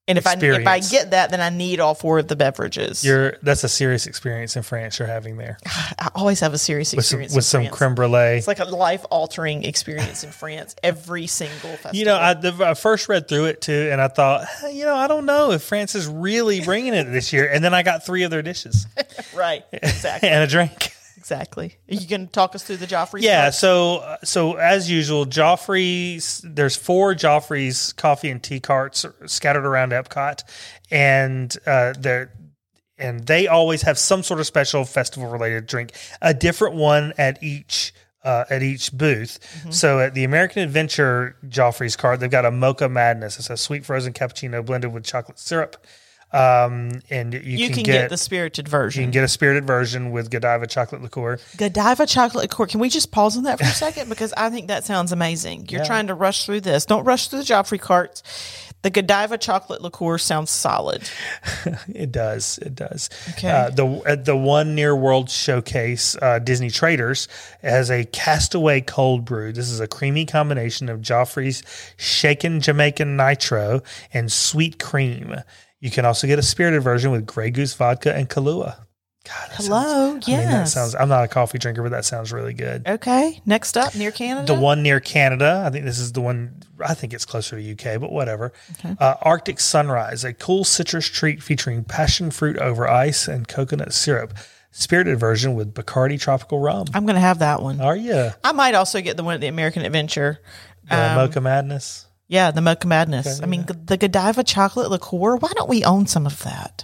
Speaker 2: And if I if I
Speaker 1: Experience.
Speaker 2: get that, then I need all four of the beverages.
Speaker 1: You're that's a serious experience in France you're having there
Speaker 2: I always have a Ah, serious
Speaker 1: with some,
Speaker 2: experience
Speaker 1: with
Speaker 2: in
Speaker 1: some
Speaker 2: France.
Speaker 1: creme brulee.
Speaker 2: It's like a life altering experience in France every single festival.
Speaker 1: You know, I, the, I first read through it too, and I thought, "Huh, you know, I don't know if France is really bringing it this year. And then I got three of their dishes
Speaker 2: right? Exactly,
Speaker 1: and a drink.
Speaker 2: exactly. Are you going to talk us through the Joffrey?
Speaker 1: Yeah,
Speaker 2: stuff?
Speaker 1: so uh, so as usual, Joffrey's there's four Joffrey's coffee and tea carts scattered around Epcot, and uh, they're and they always have some sort of special festival related drink, a different one at each. Uh, at each booth,
Speaker 2: Mm-hmm.
Speaker 1: so at the American Adventure Joffrey's cart, they've got a Mocha Madness. It's a sweet frozen cappuccino blended with chocolate syrup, um, and you,
Speaker 2: you
Speaker 1: can,
Speaker 2: can get,
Speaker 1: get,
Speaker 2: the spirited
Speaker 1: you can
Speaker 2: version.
Speaker 1: get a spirited version with Godiva chocolate liqueur.
Speaker 2: Godiva chocolate liqueur. Can we just pause on that for a second? Because I think that sounds amazing. You're trying to rush through this. Don't rush through the Joffrey carts. The Godiva chocolate liqueur sounds solid.
Speaker 1: It does. It does.
Speaker 2: Okay.
Speaker 1: Uh, the at the one near World Showcase, uh, Disney Traders has a Castaway Cold Brew. This is a creamy combination of Joffrey's shaken Jamaican nitro and sweet cream. You can also get a spirited version with Grey Goose vodka and Kahlua. God, that sounds-
Speaker 2: Hello. Yes.
Speaker 1: I mean, that sounds. I'm not a coffee drinker, but that sounds really good.
Speaker 2: okay. Next up, near Canada.
Speaker 1: The one near Canada, I think this is the one. I think it's closer to UK, but whatever. Uh, Arctic Sunrise, a cool citrus treat featuring passion fruit over ice and coconut syrup, spirited version with Bacardi tropical rum.
Speaker 2: I'm going to have that one.
Speaker 1: Are you
Speaker 2: I might also get the one at the American Adventure. Uh, Um,
Speaker 1: the Mocha Madness?
Speaker 2: Yeah, the Mocha Madness. I mean, g- the Godiva chocolate liqueur. Why don't we own some of that?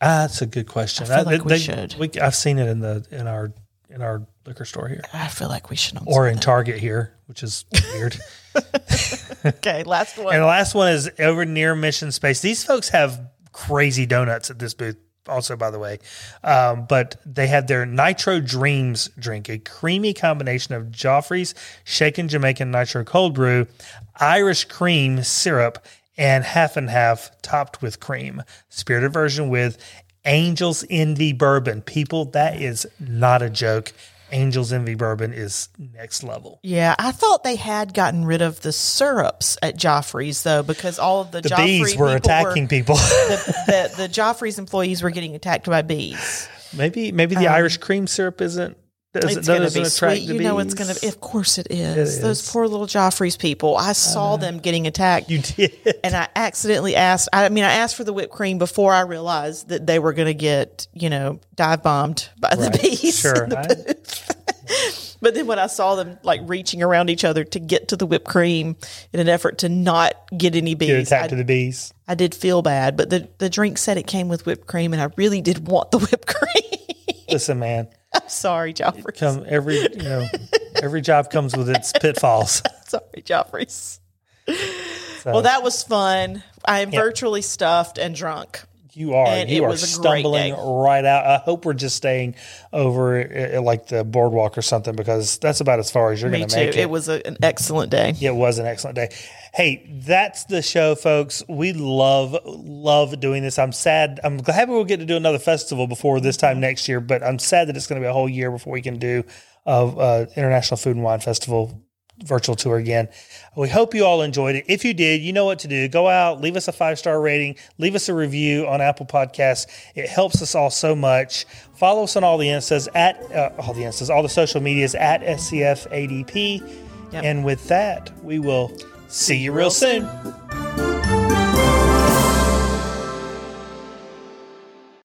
Speaker 1: Ah, that's a good question.
Speaker 2: I feel like we should.
Speaker 1: we- I've seen it in the in our in our liquor store here
Speaker 2: I feel like we should own.
Speaker 1: or in Target here, which is weird.
Speaker 2: some. Okay, last one.
Speaker 1: And the last one is over near Mission Space. These folks have crazy donuts at this booth, also, by the way. Um, but they had their Nitro Dreams drink, a creamy combination of Joffrey's shaken Jamaican Nitro Cold Brew, Irish cream syrup, and half and half topped with cream. Spirited version with Angel's Envy Bourbon. People, that is not a joke. Angel's Envy Bourbon is next level.
Speaker 2: Yeah, I thought they had gotten rid of the syrups at Joffrey's though, because all of the,
Speaker 1: The
Speaker 2: Joffrey
Speaker 1: bees were
Speaker 2: people
Speaker 1: attacking people.
Speaker 2: the, the, the Joffrey's employees were getting attacked by bees.
Speaker 1: Maybe maybe the Irish cream syrup isn't doesn't,
Speaker 2: Um, It's going to
Speaker 1: doesn't
Speaker 2: be
Speaker 1: attract
Speaker 2: sweet.
Speaker 1: the
Speaker 2: You know, it's
Speaker 1: bees.
Speaker 2: going to. Of course, it is. Those poor little Joffrey's people. I saw them getting attacked.
Speaker 1: you did.
Speaker 2: and I accidentally asked. I mean, I asked for the whipped cream before I realized that they were going to get, you know, dive bombed by the bees.
Speaker 1: Sure. I-
Speaker 2: But then when I saw them like reaching around each other to get to the whipped cream in an effort to not get any
Speaker 1: You're
Speaker 2: bees,
Speaker 1: attacked
Speaker 2: I,
Speaker 1: to the bees.
Speaker 2: I did feel bad. But the, the drink said it came with whipped cream, and I really did want the whipped cream.
Speaker 1: Listen, man,
Speaker 2: I'm sorry, Joffrey.
Speaker 1: come every you know Every job comes with its pitfalls.
Speaker 2: Sorry, Joffrey's.
Speaker 1: So
Speaker 2: Well, that was fun. I am virtually stuffed and drunk.
Speaker 1: you are
Speaker 2: and
Speaker 1: you
Speaker 2: it
Speaker 1: are
Speaker 2: was a great
Speaker 1: stumbling
Speaker 2: day.
Speaker 1: right out. I hope we're just staying over at, at like the boardwalk or something because that's about as far as you're
Speaker 2: Me
Speaker 1: going to
Speaker 2: too.
Speaker 1: make
Speaker 2: It, was a, an excellent day.
Speaker 1: It was an excellent day. Hey, that's the show, folks. We love love doing this. I'm sad. I'm glad we'll get to do another festival before this time next year, but I'm sad that it's going to be a whole year before we can do of uh, International Food and Wine Festival virtual tour again. We hope you all enjoyed it. If you did, you know what to do. Go out, leave us a five star rating, leave us a review on Apple Podcasts. It helps us all so much. Follow us on all the instas at uh, all the instas, all the social medias at SCF ADP.
Speaker 2: Yep.
Speaker 1: And with that, we will see you real soon.